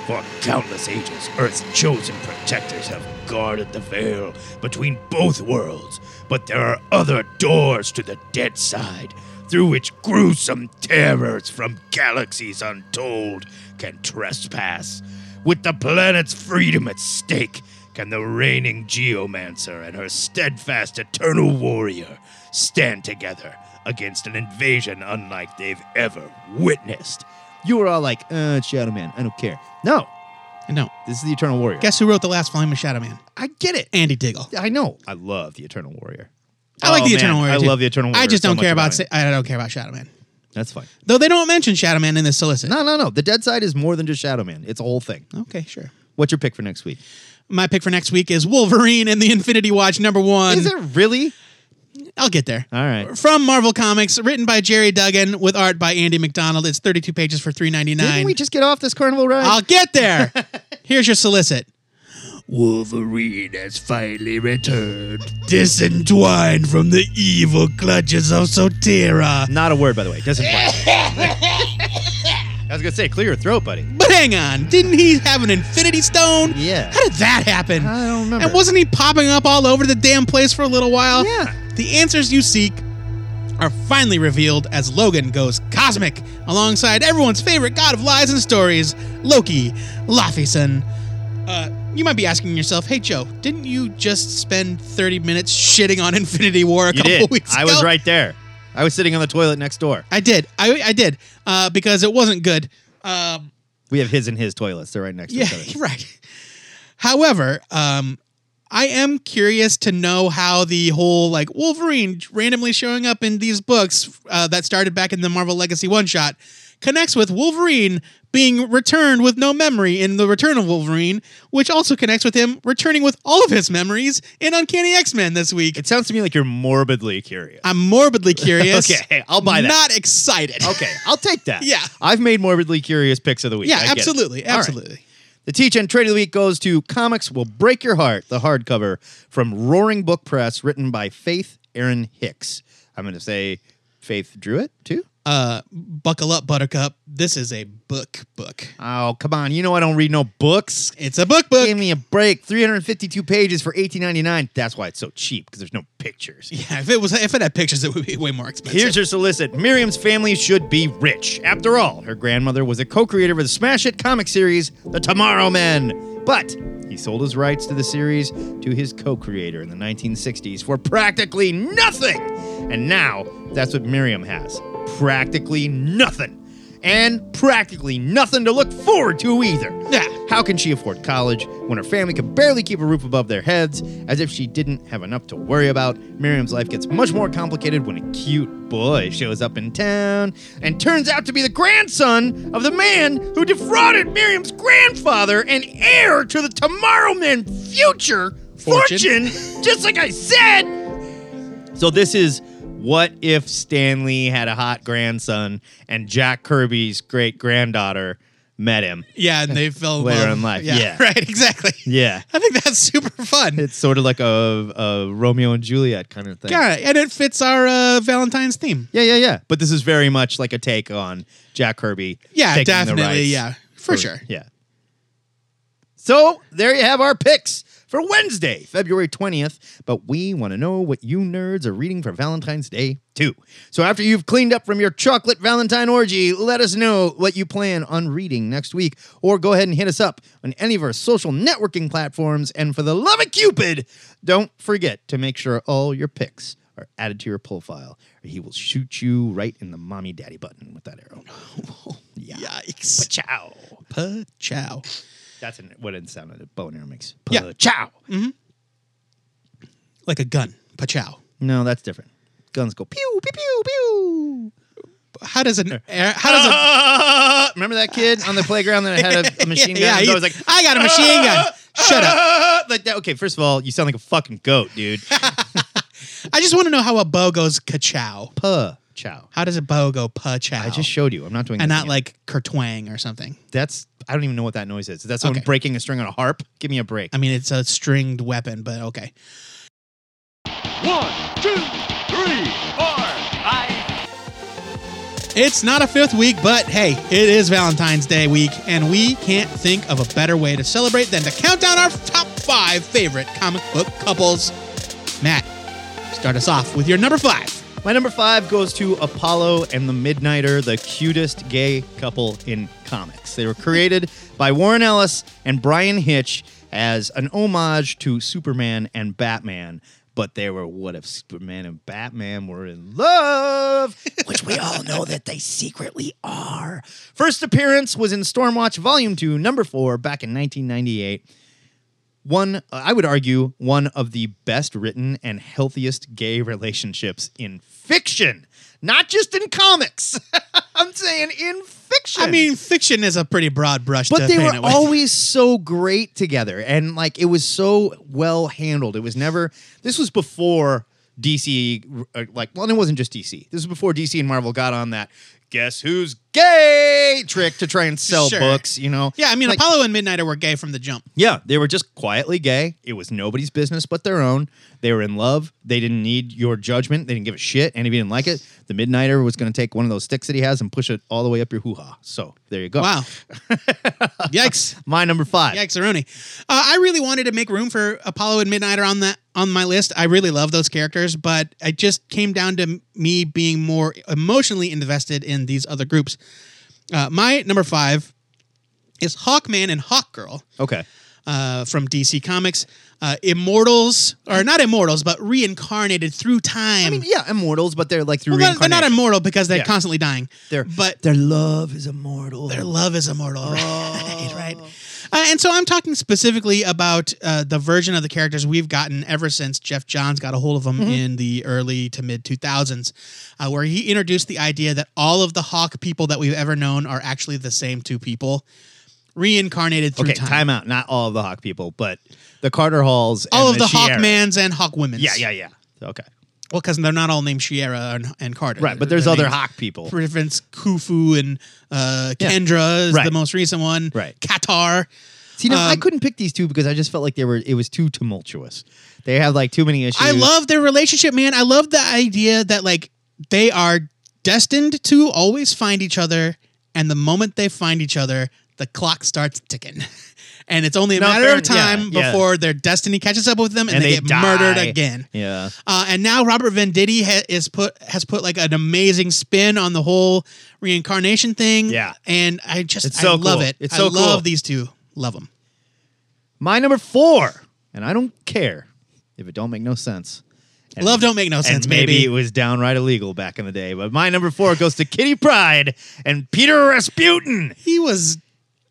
G: For countless ages, Earth's chosen protectors have guarded the veil between both worlds, but there are other doors to the dead side through which gruesome terrors from galaxies untold can trespass. With the planet's freedom at stake, can the reigning geomancer and her steadfast eternal warrior stand together against an invasion unlike they've ever witnessed?
C: You were all like, uh, it's Shadow Man. I don't care. No.
D: No.
C: This is the Eternal Warrior.
D: Guess who wrote the last volume of Shadow Man?
C: I get it.
D: Andy Diggle.
C: I know. I love the Eternal Warrior.
D: I like
C: Oh,
D: the
C: man,
D: Eternal Warrior.
C: I
D: too.
C: love the Eternal Warrior.
D: I just
C: so
D: don't
C: much
D: care about.
C: it.
D: Sa- I don't care about Shadow Man.
C: That's fine.
D: Though they don't mention Shadow Man in this solicit.
C: No, no, no. The Dead Side is more than just Shadow Man. It's a whole thing.
D: Okay, sure.
C: What's your pick for next week?
D: My pick for next week is Wolverine and the Infinity Watch number one.
C: Is it really?
D: I'll get there.
C: All right.
D: From Marvel Comics, written by Jerry Duggan with art by Andy McDonald. It's 32 pages for
C: Didn't we
D: $3.99.
C: just get off this carnival ride?
D: I'll get there. Here's your solicit.
G: Wolverine has finally returned, disentwined from the evil clutches of Sotera.
C: Not a word, by the way. Doesn't. I was gonna say, clear your throat, buddy.
D: But hang on, didn't he have an Infinity Stone?
C: Yeah.
D: How did that happen?
C: I don't remember.
D: And wasn't he popping up all over the damn place for a little while?
C: Yeah.
D: The answers you seek are finally revealed as Logan goes cosmic alongside everyone's favorite god of lies and stories, Loki Lafayson. Uh, you might be asking yourself, hey, Joe, didn't you just spend 30 minutes shitting on Infinity War a
C: You
D: couple
C: did.
D: weeks
C: I
D: ago?
C: was right there. I was sitting on the toilet next door.
D: I did. I, I did. Uh, because it wasn't good. Um,
C: We have his and his toilets. They're right next to
D: Yeah,
C: each other.
D: right. However, um, I am curious to know how the whole like Wolverine randomly showing up in these books uh, that started back in the Marvel Legacy one shot connects with Wolverine being returned with no memory in the Return of Wolverine, which also connects with him returning with all of his memories in Uncanny X Men this week.
C: It sounds to me like you're morbidly curious.
D: I'm morbidly curious.
C: Okay, I'll buy that.
D: Not excited.
C: okay, I'll take that.
D: Yeah.
C: I've made morbidly curious picks of the week.
D: yeah,
C: I get it.
D: absolutely,
C: All right.
D: absolutely.
C: The teach and trade of the week goes to Comics Will Break Your Heart, the hardcover from Roaring Book Press, written by Faith Aaron Hicks. I'm going to say Faith drew it too.
D: Uh, buckle up, Buttercup. This is a book book.
C: Oh, come on. You know I don't read no books.
D: It's a book book.
C: Give me a break. 352 pages for 18.99. That's why it's so cheap because there's no pictures.
D: Yeah, if it was if it had pictures, it would be way more expensive.
C: Here's your solicit. Miriam's family should be rich. After all, her grandmother was a co-creator of the smash hit comic series, The Tomorrow Men. But he sold his rights to the series to his co-creator in the 1960s for practically nothing. And now that's what Miriam has. Practically nothing. And practically nothing to look forward to either.
D: Yeah.
C: How can she afford college when her family can barely keep a roof above their heads? As if she didn't have enough to worry about, Miriam's life gets much more complicated when a cute boy shows up in town and turns out to be the grandson of the man who defrauded Miriam's grandfather and heir to the Tomorrow Men future
D: Fortune.
C: fortune, just like I said. So this is what if Stanley had a hot grandson and Jack Kirby's great granddaughter met him?
D: yeah, and they fell in
C: Later
D: love.
C: in life, yeah.
D: right, exactly.
C: Yeah.
D: I think that's super fun.
C: It's sort of like a, a Romeo and Juliet kind of thing.
D: yeah, and it fits our uh, Valentine's theme.
C: Yeah, yeah, yeah. But this is very much like a take on Jack Kirby.
D: Yeah,
C: taking the
D: definitely.
C: rights
D: Yeah, for, sure.
C: Yeah. So there you have our picks for Wednesday, February 20th. But we want to know what you nerds are reading for Valentine's Day, too. So after you've cleaned up from your chocolate Valentine orgy, let us know what you plan on reading next week. Or go ahead and hit us up on any of our social networking platforms. And for the love of Cupid, don't forget to make sure all your picks are added to your profile, or he will shoot you right in the mommy daddy button with that arrow. Yeah.
D: Yikes.
C: Ciao.
D: Chow.
C: That's an, what it sounded. A bow and arrow makes.
D: Yeah.
C: Chow.
D: Like a gun. Pachow.
C: No, that's different. Guns go pew pew pew pew.
D: how does an air, how does a
C: Uh, Remember that kid on the playground that had a, a machine gun?
D: yeah,
C: It was
D: he-
C: always like,
D: I got a machine gun. Shut up.
C: "Ah!" like that. Okay, first of all, you sound like a fucking goat, dude.
D: I just want to know how a bow goes ka-chow.
C: Puh, chow.
D: How does a bow go pa-chow?
C: I just showed you. I'm not doing
D: and
C: that
D: not
C: again.
D: like kertwang or something.
C: that's. I don't even know what that noise is. Is that someone
D: Okay.
C: breaking a string on a harp? Give me a break.
D: I mean, it's a stringed weapon, but okay.
H: One, two, three, four. I
D: It's not a fifth week, but hey, it is Valentine's Day week, and we can't think of a better way to celebrate than to count down our top five favorite comic book couples. Matt, start us off with your number five.
C: My number five goes to Apollo and the Midnighter, the cutest gay couple in comics. They were created by Warren Ellis and Brian Hitch as an homage to Superman and Batman. But they were what if Superman and Batman were in love, which we all know that they secretly are. First appearance was in Stormwatch Volume 2, number 4, back in 1998 one I would argue one of the best written and healthiest gay relationships in fiction, not just in comics. I'm saying in fiction.
D: I mean, fiction is a pretty broad brush, to
C: but they
D: paint
C: were
D: it with.
C: always so great together and like it was so well handled. It was never this was before DC uh, like well and it wasn't just DC. This was before DC and Marvel got on that guess who's gay trick to try and sell
D: Sure.
C: books, you know.
D: Yeah, I mean,
C: Like-
D: Apollo and Midnighter were gay from the jump.
C: yeah, they were just quietly gay. It was nobody's business but their own. They were in love. They didn't need your judgment. They didn't give a shit. And if you didn't like it, the Midnighter was going to take one of those sticks that he has and push it all the way up your hoo ha. So there you go.
D: Wow. Yikes.
C: My number five.
D: Yikes, Aroni. Uh, I really wanted to make room for Apollo and Midnighter on that on my list. I really love those characters, but it just came down to m- me being more emotionally invested in these other groups. Uh, my number five is Hawkman and Hawkgirl
C: Okay.
D: uh, from DC Comics. Uh, immortals, or not immortals, but reincarnated through time.
C: I mean, yeah, immortals, but they're like through
D: Well, they're- they're not
C: reincarnation.
D: immortal because they're
C: Yeah.
D: constantly dying.
C: They're-
D: but
C: Their love is immortal.
D: their love is immortal.
C: Oh.
D: Right, right. Uh, and so I'm talking specifically about uh, the version of the characters we've gotten ever since Jeff Johns got a hold of them
C: Mm-hmm.
D: in the early to mid 2000s, uh, where he introduced the idea that all of the Hawk people that we've ever known are actually the same two people reincarnated through
C: okay,
D: time.
C: time out. Not all of the Hawk people, but the Carter Halls.
D: all of
C: and
D: the,
C: Shi'ar.
D: Hawkmans and Hawkwomens.
C: Yeah, yeah, yeah. Okay.
D: Well, because they're not all named Shiera and, and Carter.
C: Right, but
D: They're-
C: there's
D: they're
C: other
D: named-
C: Hawk people.
D: For instance, Khufu and uh, Kendra is
C: Right.
D: the most recent one.
C: Right.
D: Qatar.
C: See, now, I
D: Um,
C: couldn't pick these two because I just felt like they were. It was too tumultuous. They have like too many issues.
D: I love their relationship, man. I love the idea that like they are destined to always find each other, and the moment they find each other, the clock starts ticking. And it's only a
C: No,
D: matter
C: fair-
D: of time
C: yeah, yeah.
D: before their destiny catches up with them and,
C: And
D: they,
C: they
D: get
C: die.
D: murdered again.
C: Yeah.
D: Uh, and now Robert Venditti ha- is put has put like an amazing spin on the whole reincarnation thing.
C: Yeah.
D: and I just
C: It's so
D: I love
C: cool.
D: it.
C: It's
D: I
C: so
D: love
C: cool.
D: these two. Love them.
C: My number four, and I don't care if it don't make no sense. And-
D: Love don't make no sense.
C: and maybe,
D: baby.
C: it was downright illegal back in the day, but my number four goes to Kitty Pride and Peter Rasputin.
D: he was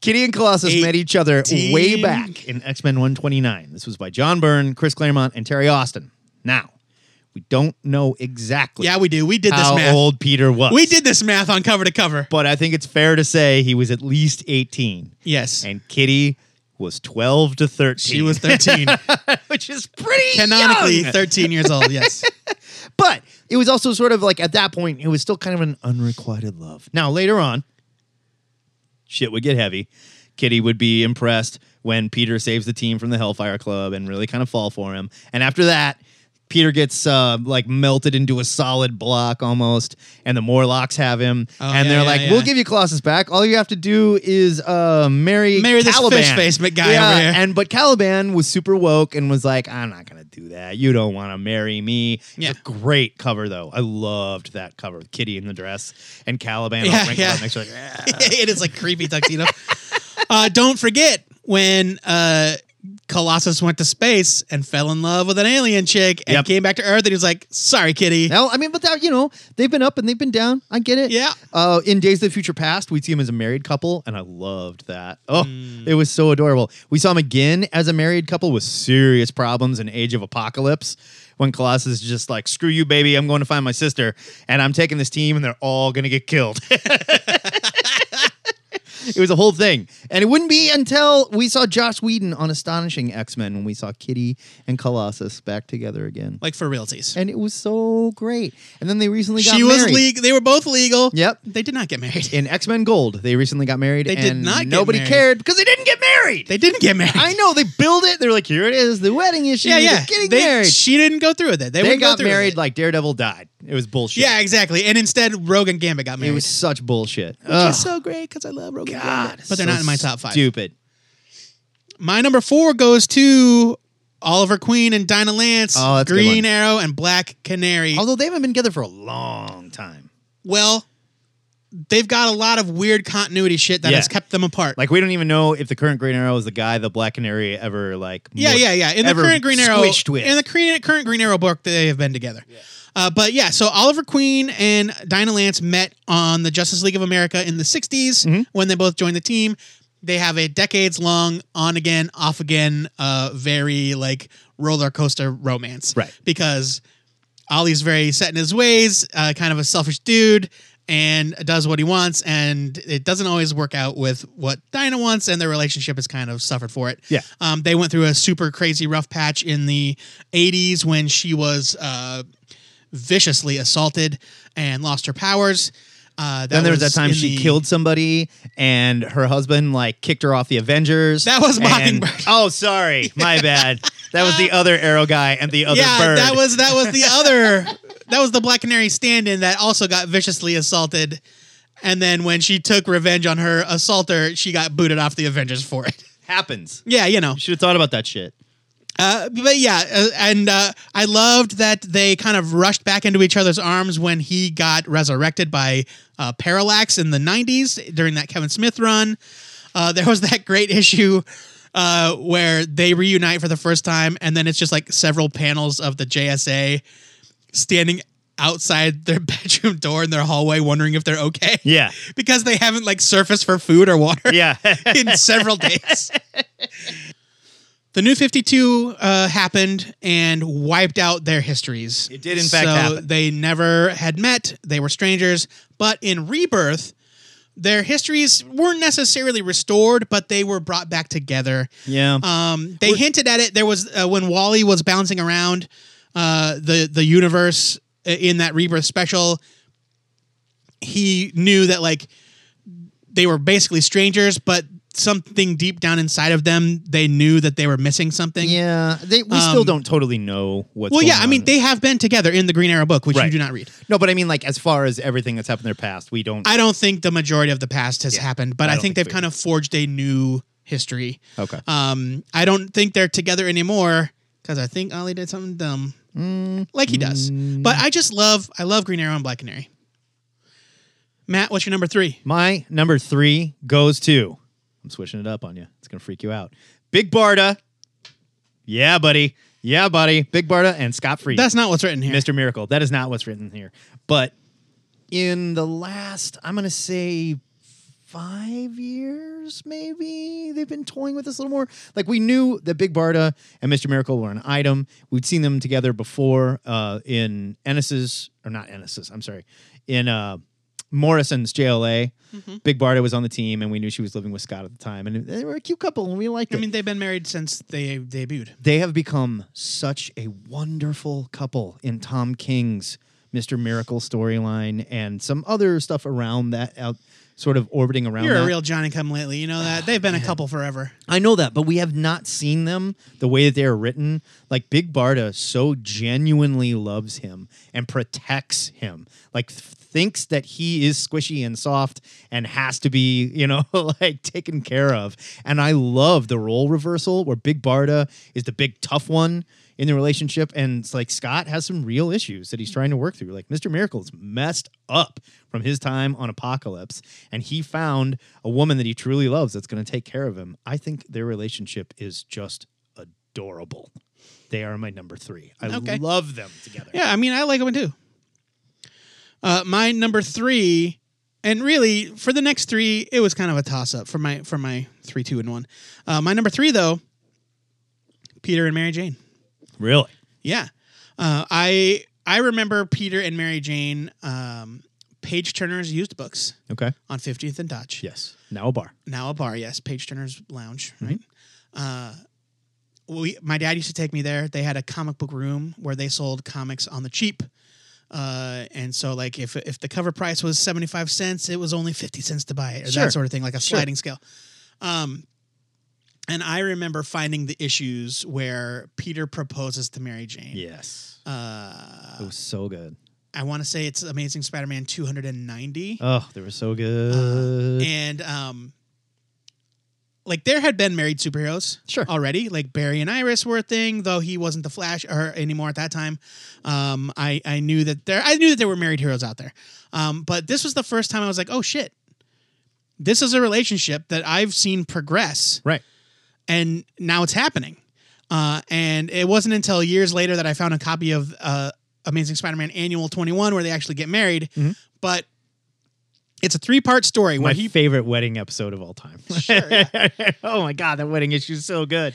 C: Kitty and Colossus met each other way
D: 18.
C: back in X Men 129. This was by John Byrne, Chris Claremont, and Terry Austin. Now, we don't know exactly
D: yeah we do we did
C: how
D: this math.
C: old Peter was.
D: We did this math on cover to cover.
C: But I think it's fair to say he was at least 18,
D: Yes.
C: and Kitty was 12 to 13.
D: she was 13.
C: which is pretty
D: Canonically
C: young.
D: 13 years old, yes.
C: But it was also sort of like at that point, it was still kind of an unrequited love. Now later on, shit would get heavy. Kitty would be impressed when Peter saves the team from the Hellfire Club and really kind of fall for him. And after that, Peter gets uh, like melted into a solid block almost, and the Morlocks have him,
D: Oh,
C: and
D: yeah,
C: they're
D: yeah,
C: like,
D: yeah.
C: "We'll give you Colossus back. All you have to do is uh, marry
D: Marry this
C: Caliban.
D: fish-faced McGuy
C: Yeah,
D: over here.
C: And but Caliban was super woke and was like, "I'm not gonna do that. You don't want to marry me."
D: Yeah.
C: It's a great cover though. I loved that cover with Kitty in the dress and Caliban all
D: Yeah,
C: wrinkled
D: yeah.
C: up next to her, like, "Ah."
D: it is like creepy tuxedo. uh, don't forget when uh, Colossus went to space and fell in love with an alien chick and
C: Yep.
D: came back to Earth and he was like, sorry, kitty.
C: Now, I mean, but that you know, they've been up and they've been down. I get it.
D: Yeah.
C: Uh, in Days of the Future Past, we see him as a married couple, and I loved that. Oh, it was so adorable. We saw him again as a married couple with serious problems in Age of Apocalypse, when Colossus is just like, screw you, baby, I'm going to find my sister, and I'm taking this team, and they're all going to get killed. It was a whole thing. And it wouldn't be until we saw Josh Whedon on Astonishing X Men when we saw Kitty and Colossus back together again.
D: Like for realties.
C: And it was so great. And then they recently got
D: She
C: married.
D: was legal. They were both legal.
C: Yep.
D: They did not get married.
C: In X Men Gold, they recently got married.
D: They did
C: and
D: not get
C: Nobody
D: married.
C: cared because they didn't get married.
D: They didn't get married.
C: I know they build it. They're like, here it is, the wedding issue.
D: yeah, yeah.
C: they're Getting
D: They-
C: married.
D: She didn't go through with it. They,
C: they
D: wouldn't go
C: got
D: through with
C: married
D: it.
C: like Daredevil died. It was bullshit.
D: Yeah, exactly. And instead, Rogue and Gambit got
C: it
D: married.
C: was such bullshit.
D: which
C: Ugh,
D: is so great because I love Rogue and
C: God,
D: Gambit. But they're
C: so
D: not in my top five.
C: Stupid.
D: My number four goes to Oliver Queen and Dinah Lance,
C: Oh, that's a good one.
D: Green Arrow, and Black Canary.
C: Although they haven't been together for a long time.
D: well, they've got a lot of weird continuity shit that
C: Yeah.
D: has kept them apart.
C: Like we don't even know if the current Green Arrow is the guy the Black Canary ever like.
D: yeah,
C: more-
D: yeah, yeah. In the
C: ever
D: current Green Arrow,
C: squished with.
D: in the cre- current Green Arrow book, they have been together. Uh, but yeah, so Oliver Queen and Dinah Lance met on the Justice League of America in the '60s
C: Mm-hmm.
D: when they both joined the team. They have a decades-long on-again, off-again, uh, very like roller coaster romance,
C: Right.
D: Because Ollie's very set in his ways, uh, kind of a selfish dude, and does what he wants, and it doesn't always work out with what Dinah wants, and their relationship has kind of suffered for it.
C: Yeah.
D: um, they went through a super crazy rough patch in the '80s when she was uh, viciously assaulted and lost her powers. Uh, that
C: Then there was that time
D: in
C: she
D: the-
C: killed somebody and her husband like kicked her off the Avengers.
D: That was
C: and-
D: Mockingbird.
C: oh, sorry. My bad. That was the other arrow guy and the other
D: yeah,
C: bird.
D: that was that was the other that was the Black Canary stand-in that also got viciously assaulted, and then when she took revenge on her assaulter, she got booted off the Avengers for it.
C: happens.
D: Yeah, you know.
C: You should have thought about that shit.
D: Uh, but yeah, uh, and uh, I loved that they kind of rushed back into each other's arms when he got resurrected by uh, Parallax in the '90s during that Kevin Smith run. Uh, there was that great issue uh, where they reunite for the first time, and then it's just like several panels of the JSA standing outside their bedroom door in their hallway, wondering if they're okay.
C: Yeah.
D: because they haven't like surfaced for food or water
C: Yeah.
D: in several days. The new 52 uh, happened and wiped out their histories.
C: It did in fact
D: so
C: happen.
D: They never had met, they were strangers. But in Rebirth, their histories weren't necessarily restored, but they were brought back together.
C: yeah.
D: Um, they hinted at it. There was uh, when Wally was bouncing around uh, the the universe i- in that Rebirth special. He knew that like they were basically strangers, but something deep down inside of them, they knew that they were missing something.
C: yeah. They, we still don't totally know what's
D: um, Well, yeah.
C: going
D: I mean,
C: on.
D: they have been together in the Green Arrow book, which you
C: Right.
D: do not read.
C: No, but I mean, like, as far as everything that's happened in their past, we don't.
D: I don't think the majority of the past has happened, but
C: I
D: I,
C: don't think
D: think they've
C: we
D: kind of forged a new history.
C: okay.
D: Um, I don't think they're together anymore because I think Ollie did something dumb,
C: Mm,
D: like he does. But I just love, I love Green Arrow and Black Canary. Matt, what's your number three?
C: My number three goes to. I'm switching it up on you. It's gonna freak you out. Big Barda. Yeah, buddy. Yeah, buddy. Big Barda and Scott Free.
D: That's not what's written here.
C: Mr. Miracle. That is not what's written here. But in the last, I'm gonna say five years, maybe they've been toying with us a little more. Like we knew that Big Barda and Mr. Miracle were an item. We'd seen them together before uh, in Ennis's or not Ennis's. I'm sorry, in uh, Morrison's JLA.
D: Mm-hmm.
C: Big Barda was on the team, and we knew she was living with Scott at the time, and they were a cute couple, and we liked
D: I
C: it
D: mean, they've been married since they debuted.
C: they have become such a wonderful couple in Tom King's Mr. Miracle storyline and some other stuff around that out sort of orbiting around
D: You're
C: that. Ah,
D: a real Johnny come lately. You know that they've been a couple forever.
C: I know that, but we have not seen them the way that they're written. Like Big Barda so genuinely loves him and protects him. Like th- thinks that he is squishy and soft and has to be, you know, like taken care of. And I love the role reversal where Big Barda is the big tough one in the relationship and it's like Scott has some real issues that he's trying to work through. Like Mr. Miracle's messed up from his time on Apocalypse and he found a woman that he truly loves that's going to take care of him. I think their relationship is just adorable. They are my number 3. I
D: Okay.
C: love them together.
D: Yeah, I mean, I like them too. Uh, my number three, and really for the next three, it was kind of a toss up for my for my three, two, and one. Uh, my number three though, Peter and Mary Jane.
C: Really?
D: Yeah. Uh, I I remember Peter and Mary Jane, um, Page Turner's used books
C: Okay.
D: on 15th and Dodge.
C: Yes. Now a bar.
D: Now a bar, yes, Page Turner's Lounge,
C: Mm-hmm.
D: right? Uh, we my dad used to take me there. They had a comic book room where they sold comics on the cheap. Uh, and so like if if the cover price was 75 cents, it was only 50 cents to buy it or
C: Sure.
D: that sort of thing, like a sliding scale. Um and I remember finding the issues where Peter proposes to Mary Jane.
C: Yes. Uh, it was so good.
D: I want to say it's Amazing Spider-Man 290,
C: Oh, they were so good.
D: and um, like there had been married superheroes,
C: Sure.
D: already. Like Barry and Iris were a thing, though he wasn't the Flash or anymore at that time. Um, I I knew that there I knew that there were married heroes out there, um, but this was the first time I was like, oh shit, this is a relationship that I've seen progress
C: right.
D: and now it's happening. Uh, and it wasn't until years later that I found a copy of uh, Amazing Spider-Man Annual 21 where they actually get married. But it's a three-part story
C: Mm-hmm. My
D: where he
C: favorite wedding episode of all time. oh my god, that wedding issue is so good.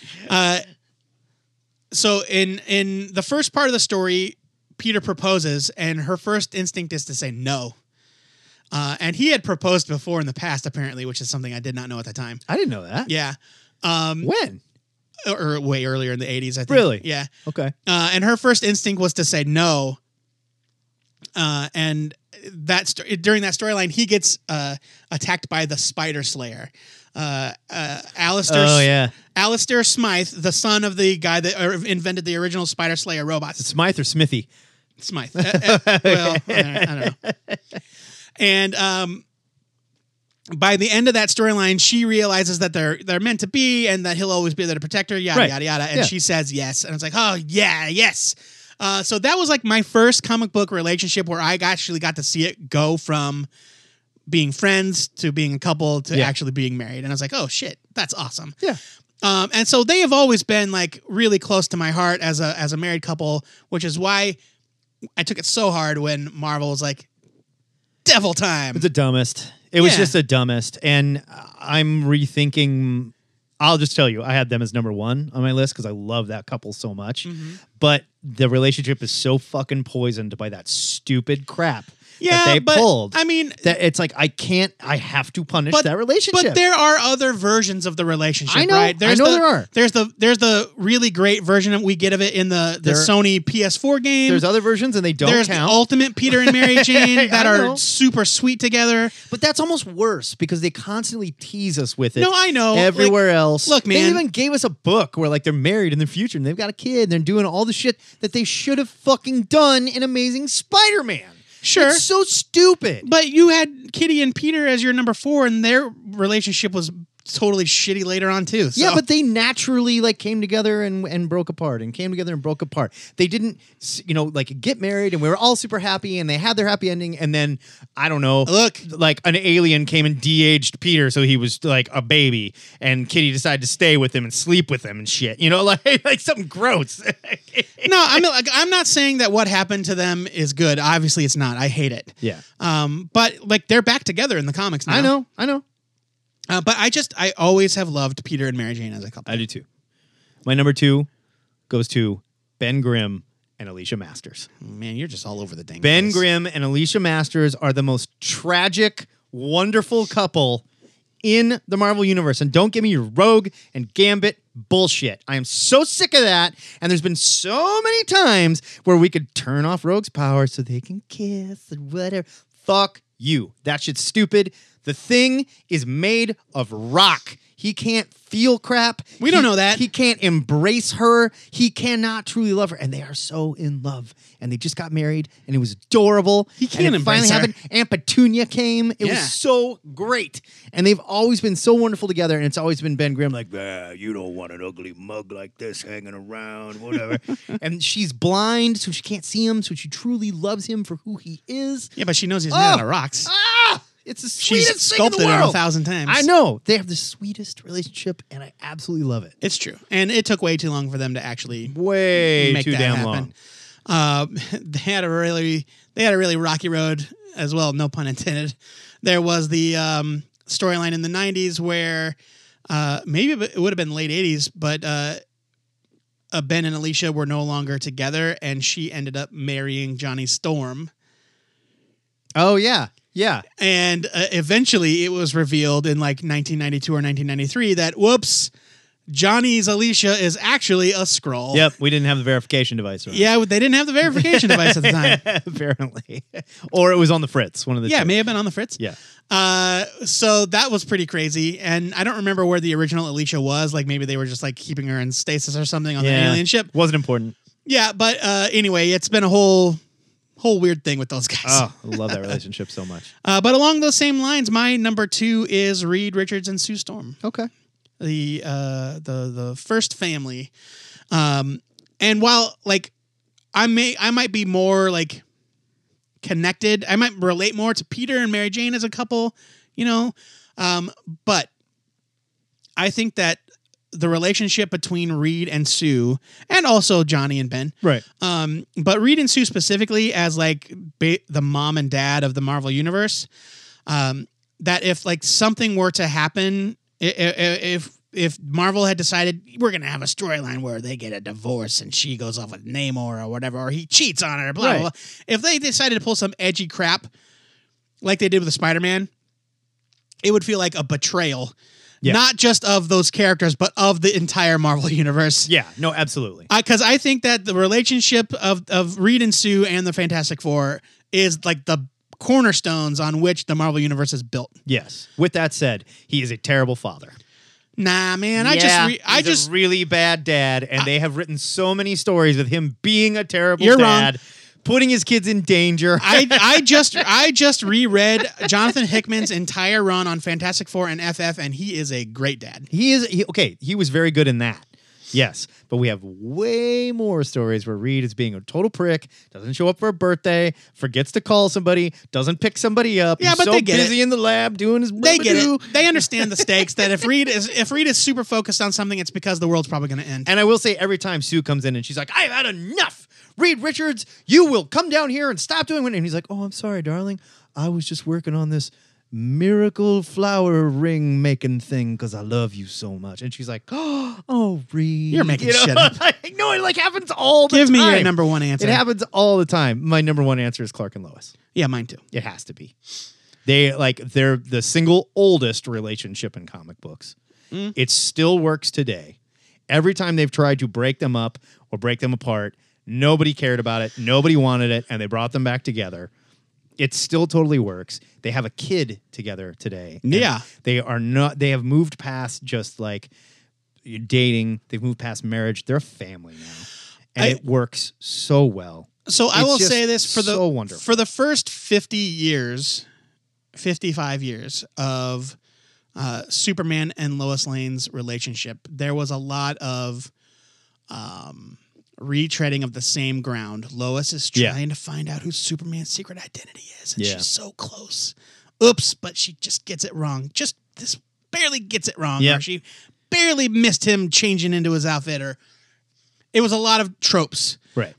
D: so in in the first part of the story, Peter proposes, and her first instinct is to say no. Uh, and he had proposed before in the past, apparently, which is something I did not know at the time.
C: I didn't know that.
D: Yeah,
C: When?
D: or or way earlier in the 80s, I think.
C: Really?
D: Yeah.
C: Okay.
D: uh, and her first instinct was to say no. Uh, and that sto- during that storyline, he gets uh, attacked by the Spider Slayer. Uh, uh, Alistair,
C: Oh, yeah.
D: Alistair Smythe, the son of the guy that uh, invented the original Spider Slayer robots.
C: Smythe or Smithy?
D: Smythe. Uh, uh, well, I don't, I don't know. And um, by the end of that storyline, she realizes that they're they're meant to be, and that he'll always be there to protect her. Yada
C: Right.
D: yada yada. And
C: Yeah.
D: she says yes, and it's like, oh yeah, yes. Uh, so that was like my first comic book relationship where I actually got to see it go from being friends to being a couple to
C: Yeah.
D: actually being married, and I was like, oh shit, that's awesome.
C: Yeah.
D: Um, and so they have always been like really close to my heart as a as a married couple, which is why I took it so hard when Marvel was like devil time.
C: It's the dumbest. It was
D: Yeah.
C: just the dumbest. And I'm rethinking. I'll just tell you, I had them as number one on my list because I love that couple so much.
D: Mm-hmm.
C: But the relationship is so fucking poisoned by that stupid crap
D: Yeah,
C: that they
D: but,
C: pulled.
D: I mean-
C: that it's like I can't. I have to punish that relationship.
D: But there are other versions of the relationship,
C: I know.
D: right?
C: I know
D: the,
C: there are.
D: There's the there's the really great version that we get of it in the the
C: There-
D: Sony PS4 game.
C: There's other versions and they don't
D: There's
C: count.
D: the ultimate Peter and Mary Jane that
C: I
D: are
C: know.
D: super sweet together.
C: But that's almost worse because they constantly tease us with it.
D: No, I know.
C: Everywhere
D: Like,
C: else.
D: look,
C: They
D: man.
C: even gave us a book where like they're married in the future and they've got a kid and they're doing all the shit that they should have fucking done in Amazing Spider Man.
D: Sure.
C: It's so stupid.
D: But you had Kitty and Peter as your number four, and their relationship was totally shitty later on too. So.
C: Yeah, but they naturally like came together and and broke apart and came together and broke apart. They didn't, s- you know, like get married and we were all super happy and they had their happy ending and then I don't know,
D: Look.
C: like an alien came and de-aged Peter so he was like a baby and Kitty decided to stay with him and sleep with him and shit, you know, like like something gross.
D: no, I'm like, I'm not saying that what happened to them is good. Obviously, it's not. I hate it.
C: yeah,
D: Um, but like they're back together in the comics now.
C: I know, I know,
D: Uh, but I just I always have loved Peter and Mary Jane as a couple.
C: I do too. My number two goes to Ben Grimm and Alicia Masters.
D: Man, you're just all over the thing.
C: Ben
D: Chris.
C: Grimm and Alicia Masters are the most tragic, wonderful couple in the Marvel Universe. And don't give me your Rogue and Gambit bullshit. I am so sick of that. And there's been so many times where we could turn off Rogue's power so they can kiss and whatever. Fuck you. That shit's stupid. The thing is made of rock. He can't feel crap.
D: We don't
C: He-
D: know that.
C: He he can't embrace her. He cannot truly love her. And they are so in love. And they just got married and it was adorable. He
D: can't
C: and it finally
D: embrace her.
C: happened. Aunt Petunia came. It
D: Yeah.
C: was so great. And they've always been so wonderful together. And it's always been Ben Grimm like,
I: Bah, you don't want an ugly mug like this hanging around, whatever.
C: whatever. and she's blind, so she can't see him. So she truly loves him for who he is.
D: Yeah, but she knows he's made out
C: Oh.
D: of rocks.
C: Ah! It's the
D: She's
C: sweetest
D: sculpted
C: thing in the
D: him
C: world.
D: a thousand times.
C: I know. They have the sweetest relationship and I absolutely love it.
D: It's true, and it took way too long for them to actually
C: Way
D: make that happen. Uh, they had a really they had a really rocky road as well. No pun intended. There was the um, storyline in the '90s where uh, maybe it would have been late '80s, but uh, uh, Ben and Alicia were no longer together, and she ended up marrying Johnny Storm.
J: Oh yeah, yeah.
D: And uh, eventually, it was revealed in like 1992 or 1993 that whoops, Johnny's Alicia is actually a scroll.
C: Yep, we didn't have the verification device. Right?
D: Yeah, they didn't have the verification device at the time.
C: apparently, or it was on the Fritz. One of the
D: Yeah,
C: two.
D: it may have been on the Fritz.
C: Yeah.
D: Uh, so that was pretty crazy, and I don't remember where the original Alicia was. Like maybe they were just like keeping her in stasis or something on the
C: yeah.
D: alien ship.
C: wasn't important.
D: Yeah, but uh, anyway, it's been a whole whole weird thing with those guys.
C: Oh, I love that relationship so much.
D: Uh, but along those same lines, my number two is Reed Richards and Sue Storm,
J: Okay.
D: the uh, the the first family. Um, and while like I may I might be more like connected, I might relate more to Peter and Mary Jane as a couple, you know. Um, but I think that the relationship between Reed and Sue, and also Johnny and Ben,
C: Right.
D: um, but Reed and Sue specifically as like ba- the mom and dad of the Marvel universe. Um, that if like something were to happen, i- i- i- if if Marvel had decided we're gonna have a storyline where they get a divorce and she goes off with Namor or whatever, or he cheats on her, blah blah,
C: Right.
D: blah. If they decided to pull some edgy crap like they did with the Spider Man, it would feel like a betrayal.
C: Yeah.
D: Not just of those characters, but of the entire Marvel universe
C: Yeah. No. Absolutely.
D: because I, think that the relationship of of Reed and Sue and the Fantastic Four is like the cornerstones on which the Marvel universe is built.
C: Yes. With that said, he is a terrible father.
D: Nah, man, I just re- I
C: he's a
D: just
C: really bad dad, and they have written so many stories with him being a terrible
D: You're
C: dad, putting his kids in danger.
D: I, I just I just reread Jonathan Hickman's entire run on Fantastic Four and FF, and he is a great dad.
C: he is he, okay. He was very good in that. Yes, but we have way more stories where Reed is being a total prick, doesn't show up for a birthday, forgets to call somebody, doesn't pick somebody up.
D: Yeah,
C: he's
D: but
C: so
D: they get
C: busy in the lab doing his.
D: They get
C: rub-a-doo.
D: it. They understand the stakes. That if Reed is if Reed is super focused on something, it's because the world's probably going to end.
C: And I will say, every time Sue comes in and she's like, "I've had enough, Reed Richards, you will come down here and stop doing it." And he's like, "Oh, I'm sorry, darling. I was just working on this miracle flower ring making thing because I love you so much." And she's like, "Oh, Reed,
D: You're making shit up.
C: like, no, it like happens all the
D: Give
C: time.
D: me your number one answer.
C: It happens all the time. My number one answer is Clark and Lois.
D: Yeah, mine too.
C: It has to be. They like they're the single oldest relationship in comic books.
D: Mm.
C: It still works today. Every time they've tried to break them up or break them apart, nobody cared about it, nobody wanted it, and they brought them back together. It still totally works. They have a kid together today. and
D: Yeah.
C: They are not they have moved past just like dating. They've moved past marriage. They're a family now. And
D: I-
C: it works so well.
D: So I
C: It's
D: will
C: just
D: say this for the
C: so wonderful.
D: for the first 50 years, 55 years of uh, Superman and Lois Lane's relationship, there was a lot of um, retreading of the same ground. Lois is
C: Yeah.
D: trying to find out who Superman's secret identity is, and
C: Yeah.
D: she's so close. Oops, but she just gets it wrong. Just this barely gets it wrong,
C: Yeah.
D: or she barely missed him changing into his outfit, or it was a lot of tropes.
C: Right.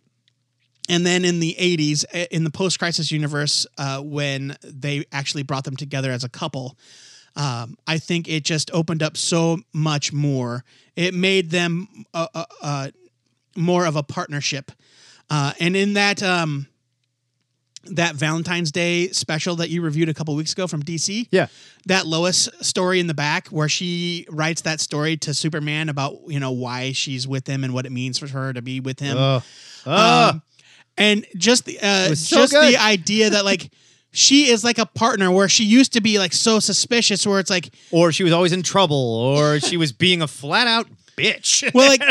D: And then in the 80s, uh, in the post crisis universe, uh, when they actually brought them together as a couple, um, I think it just opened up so much more. It made them uh, uh, uh, more of a partnership. Uh, and in that um, that Valentine's Day special that you reviewed a couple weeks ago from DC,
C: Yeah.
D: that Lois story in the back where she writes that story to Superman about you know why she's with him and what it means for her to be with him.
C: Oh. Oh.
D: Um, and just the uh,
C: was so
D: just
C: good.
D: the idea that like she is like a partner where she used to be like so suspicious where it's like
C: or she was always in trouble, or she was being a flat out bitch.
D: well like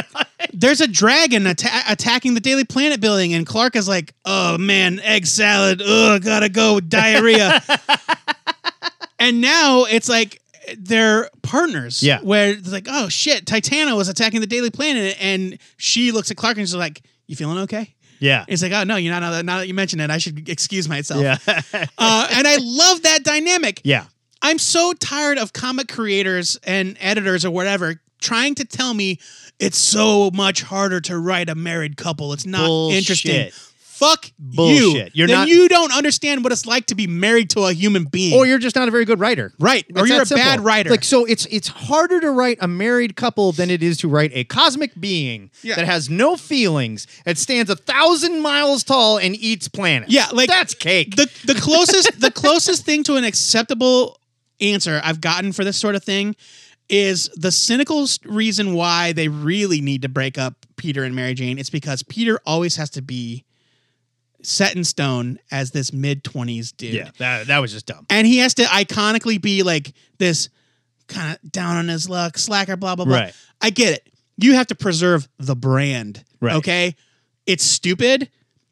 D: there's a dragon atta- attacking the Daily Planet building and Clark is like oh man egg salad ugh gotta go diarrhea and now it's like they're partners
C: Yeah.
D: where it's like oh shit Titano was attacking the Daily Planet and she looks at Clark and she's like you feeling okay
C: yeah.
D: It's like, oh no, you know, now that, now that you mention it, I should excuse myself. uh, and I love that dynamic.
C: Yeah.
D: I'm so tired of comic creators and editors or whatever trying to tell me it's so much harder to write a married couple. It's not
C: Bullshit.
D: interesting. Fuck
E: Bullshit.
D: you.
E: You're
D: then
E: not-
D: you don't understand what it's like to be married to a human being.
C: Or you're just not a very good writer.
D: right. Or
C: It's
D: you're a
C: that simple.
D: bad writer.
C: Like so, it's it's harder to write a married couple than it is to write a cosmic being
D: Yeah.
C: that has no feelings, that stands a thousand miles tall and eats planets.
D: Yeah, like-
C: that's cake.
D: the the closest the closest thing to an acceptable answer I've gotten for this sort of thing is the cynical s- reason why they really need to break up Peter and Mary Jane. It's because Peter always has to be set in stone as this mid twenties dude,
C: yeah, that that was just dumb.
D: and he has to iconically be like this kind of down on his luck slacker, blah blah blah.
C: Right.
D: I get it. You have to preserve the brand,
C: Right.
D: okay? It's stupid,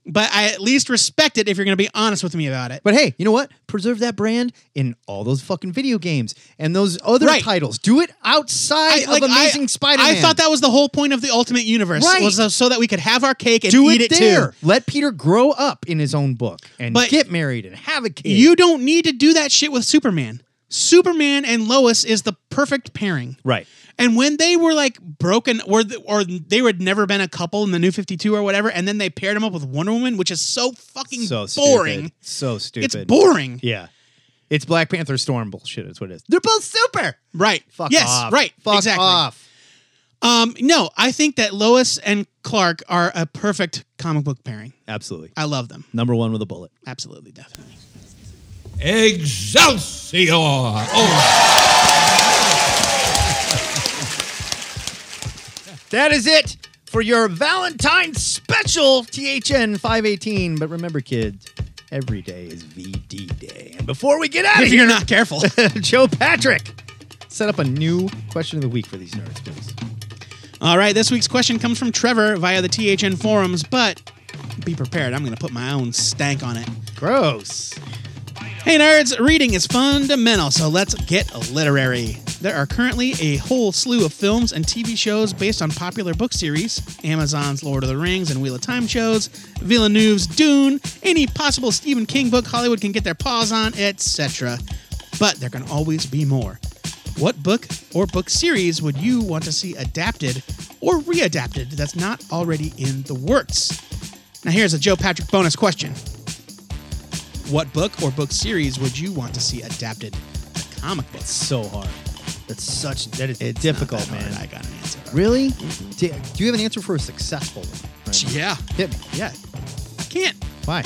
D: but I at least respect it if you're going to be honest with me about it.
C: But hey, you know what? Preserve that brand in all those fucking video games and those other
D: Right.
C: titles. Do it outside of Amazing Spider-Man.
D: I thought that was the whole point of the Ultimate Universe
C: Right.
D: was so- so that we could have our cake and
C: do
D: eat it,
C: it there.
D: too.
C: Let Peter grow up in his own book and
D: But
C: get married and have a kid.
D: You don't need to do that shit with Superman. Superman and Lois is the perfect pairing.
C: right?
D: And when they were like broken, or th- or they had never been a couple in the New Fifty Two or whatever, and then they paired them up with Wonder Woman, which is so fucking
C: So
D: boring.
C: Stupid. So stupid.
D: It's boring.
C: Yeah. It's Black Panther Storm bullshit. That's what it is. They're both super.
D: Right.
C: Fuck
D: yes.
C: off.
D: Right.
C: Fuck
D: exactly.
C: off.
D: Um. No, I think that Lois and Clark are a perfect comic book pairing.
C: Absolutely.
D: I love them.
C: Number one with a bullet.
D: Absolutely, definitely.
K: Excelsior! Oh,
C: That is it for your Valentine special, THN 518. But remember, kids, every day is VD Day. And before we get out of
D: If
C: here,
D: you're not careful.
C: Joe Patrick, set up a new question of the week for these nerds, please.
D: All right, this week's question comes from Trevor via the THN forums, but be prepared. I'm going to put my own stank on it.
C: Gross.
D: Hey, nerds, reading is fundamental, so let's get literary. There are currently a whole slew of films and TV shows based on popular book series Amazon's Lord of the Rings and Wheel of Time shows, Villeneuve's Dune, any possible Stephen King book Hollywood can get their paws on, etc. But there can always be more. What book or book series would you want to see adapted or readapted that's not already in the works? Now, here's a Joe Patrick bonus question. What book or book series would you want to see adapted to comic books?
C: So hard. That's such, that is
D: It's
C: difficult,
D: not that
C: man.
D: hard. I got an answer.
C: Really? Do, do you have an answer for a successful one? right now?
D: Yeah.
C: Hit me.
D: Yeah. I can't.
C: Why?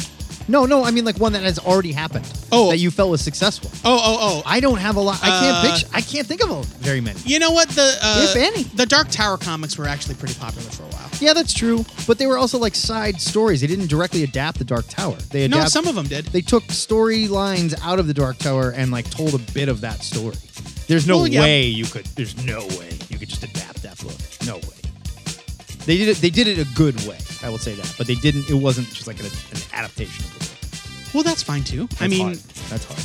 C: No, no, I mean like one that has already happened.
D: Oh.
C: that you felt was successful.
D: Oh, oh, oh.
C: I don't have a lot. I can't
D: Uh,
C: picture. I can't think of a, very many.
D: You know what? The uh,
C: If any.
D: the Dark Tower comics were actually pretty popular for a while.
C: Yeah, that's true. But they were also like side stories. They didn't directly adapt the Dark Tower. They
D: No,
C: adapt,
D: some of them did.
C: They took storylines out of the Dark Tower and like told a bit of that story. There's no
D: Well, yeah.
C: way you could. There's no way you could just adapt that book. No way. They did it. They did it a good way. I will say that. But they didn't. It wasn't just like an, an adaptation of the book.
D: Well, that's fine too. I
C: That's
D: mean,
C: hard. that's hard.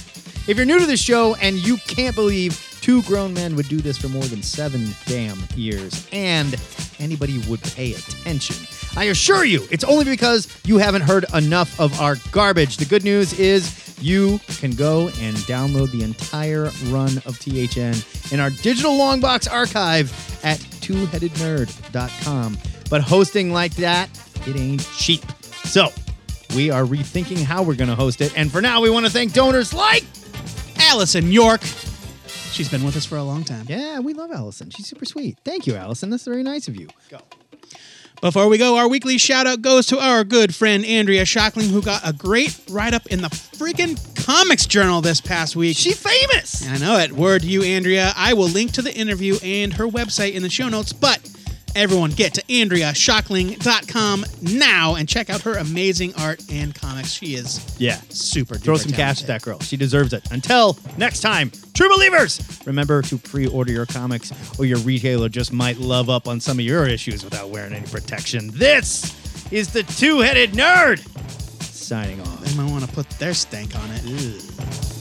C: If you're new to the show and you can't believe two grown men would do this for more than seven damn years and anybody would pay attention, I assure you, it's only because you haven't heard enough of our garbage. The good news is you can go and download the entire run of THN in our digital longbox archive at twoheadednerd.com. But hosting like that, it ain't cheap. So, we are rethinking how we're going to host it. And for now, we want to thank donors like.
D: Allison York. She's been with us for a long time.
C: Yeah, we love Allison. She's super sweet. Thank you, Allison. That's very nice of you.
D: Before we go, our weekly shout out goes to our good friend Andrea Shockling, who got a great write up in the freaking Comics Journal this past week.
C: She famous.
D: I know it. Word to you, Andrea. I will link to the interview and her website in the show notes, but everyone get to AndreaShockling.com now and check out her amazing art and comics. She is
C: Yeah.
D: super
C: Throw
D: duper
C: some cash at
D: talented.
C: that girl. She deserves it. Until next time, true believers, remember to pre order your comics or your retailer just might love up on some of your issues without wearing any protection. This is the two headed nerd signing off.
D: They might want to put their stank on it. Ugh.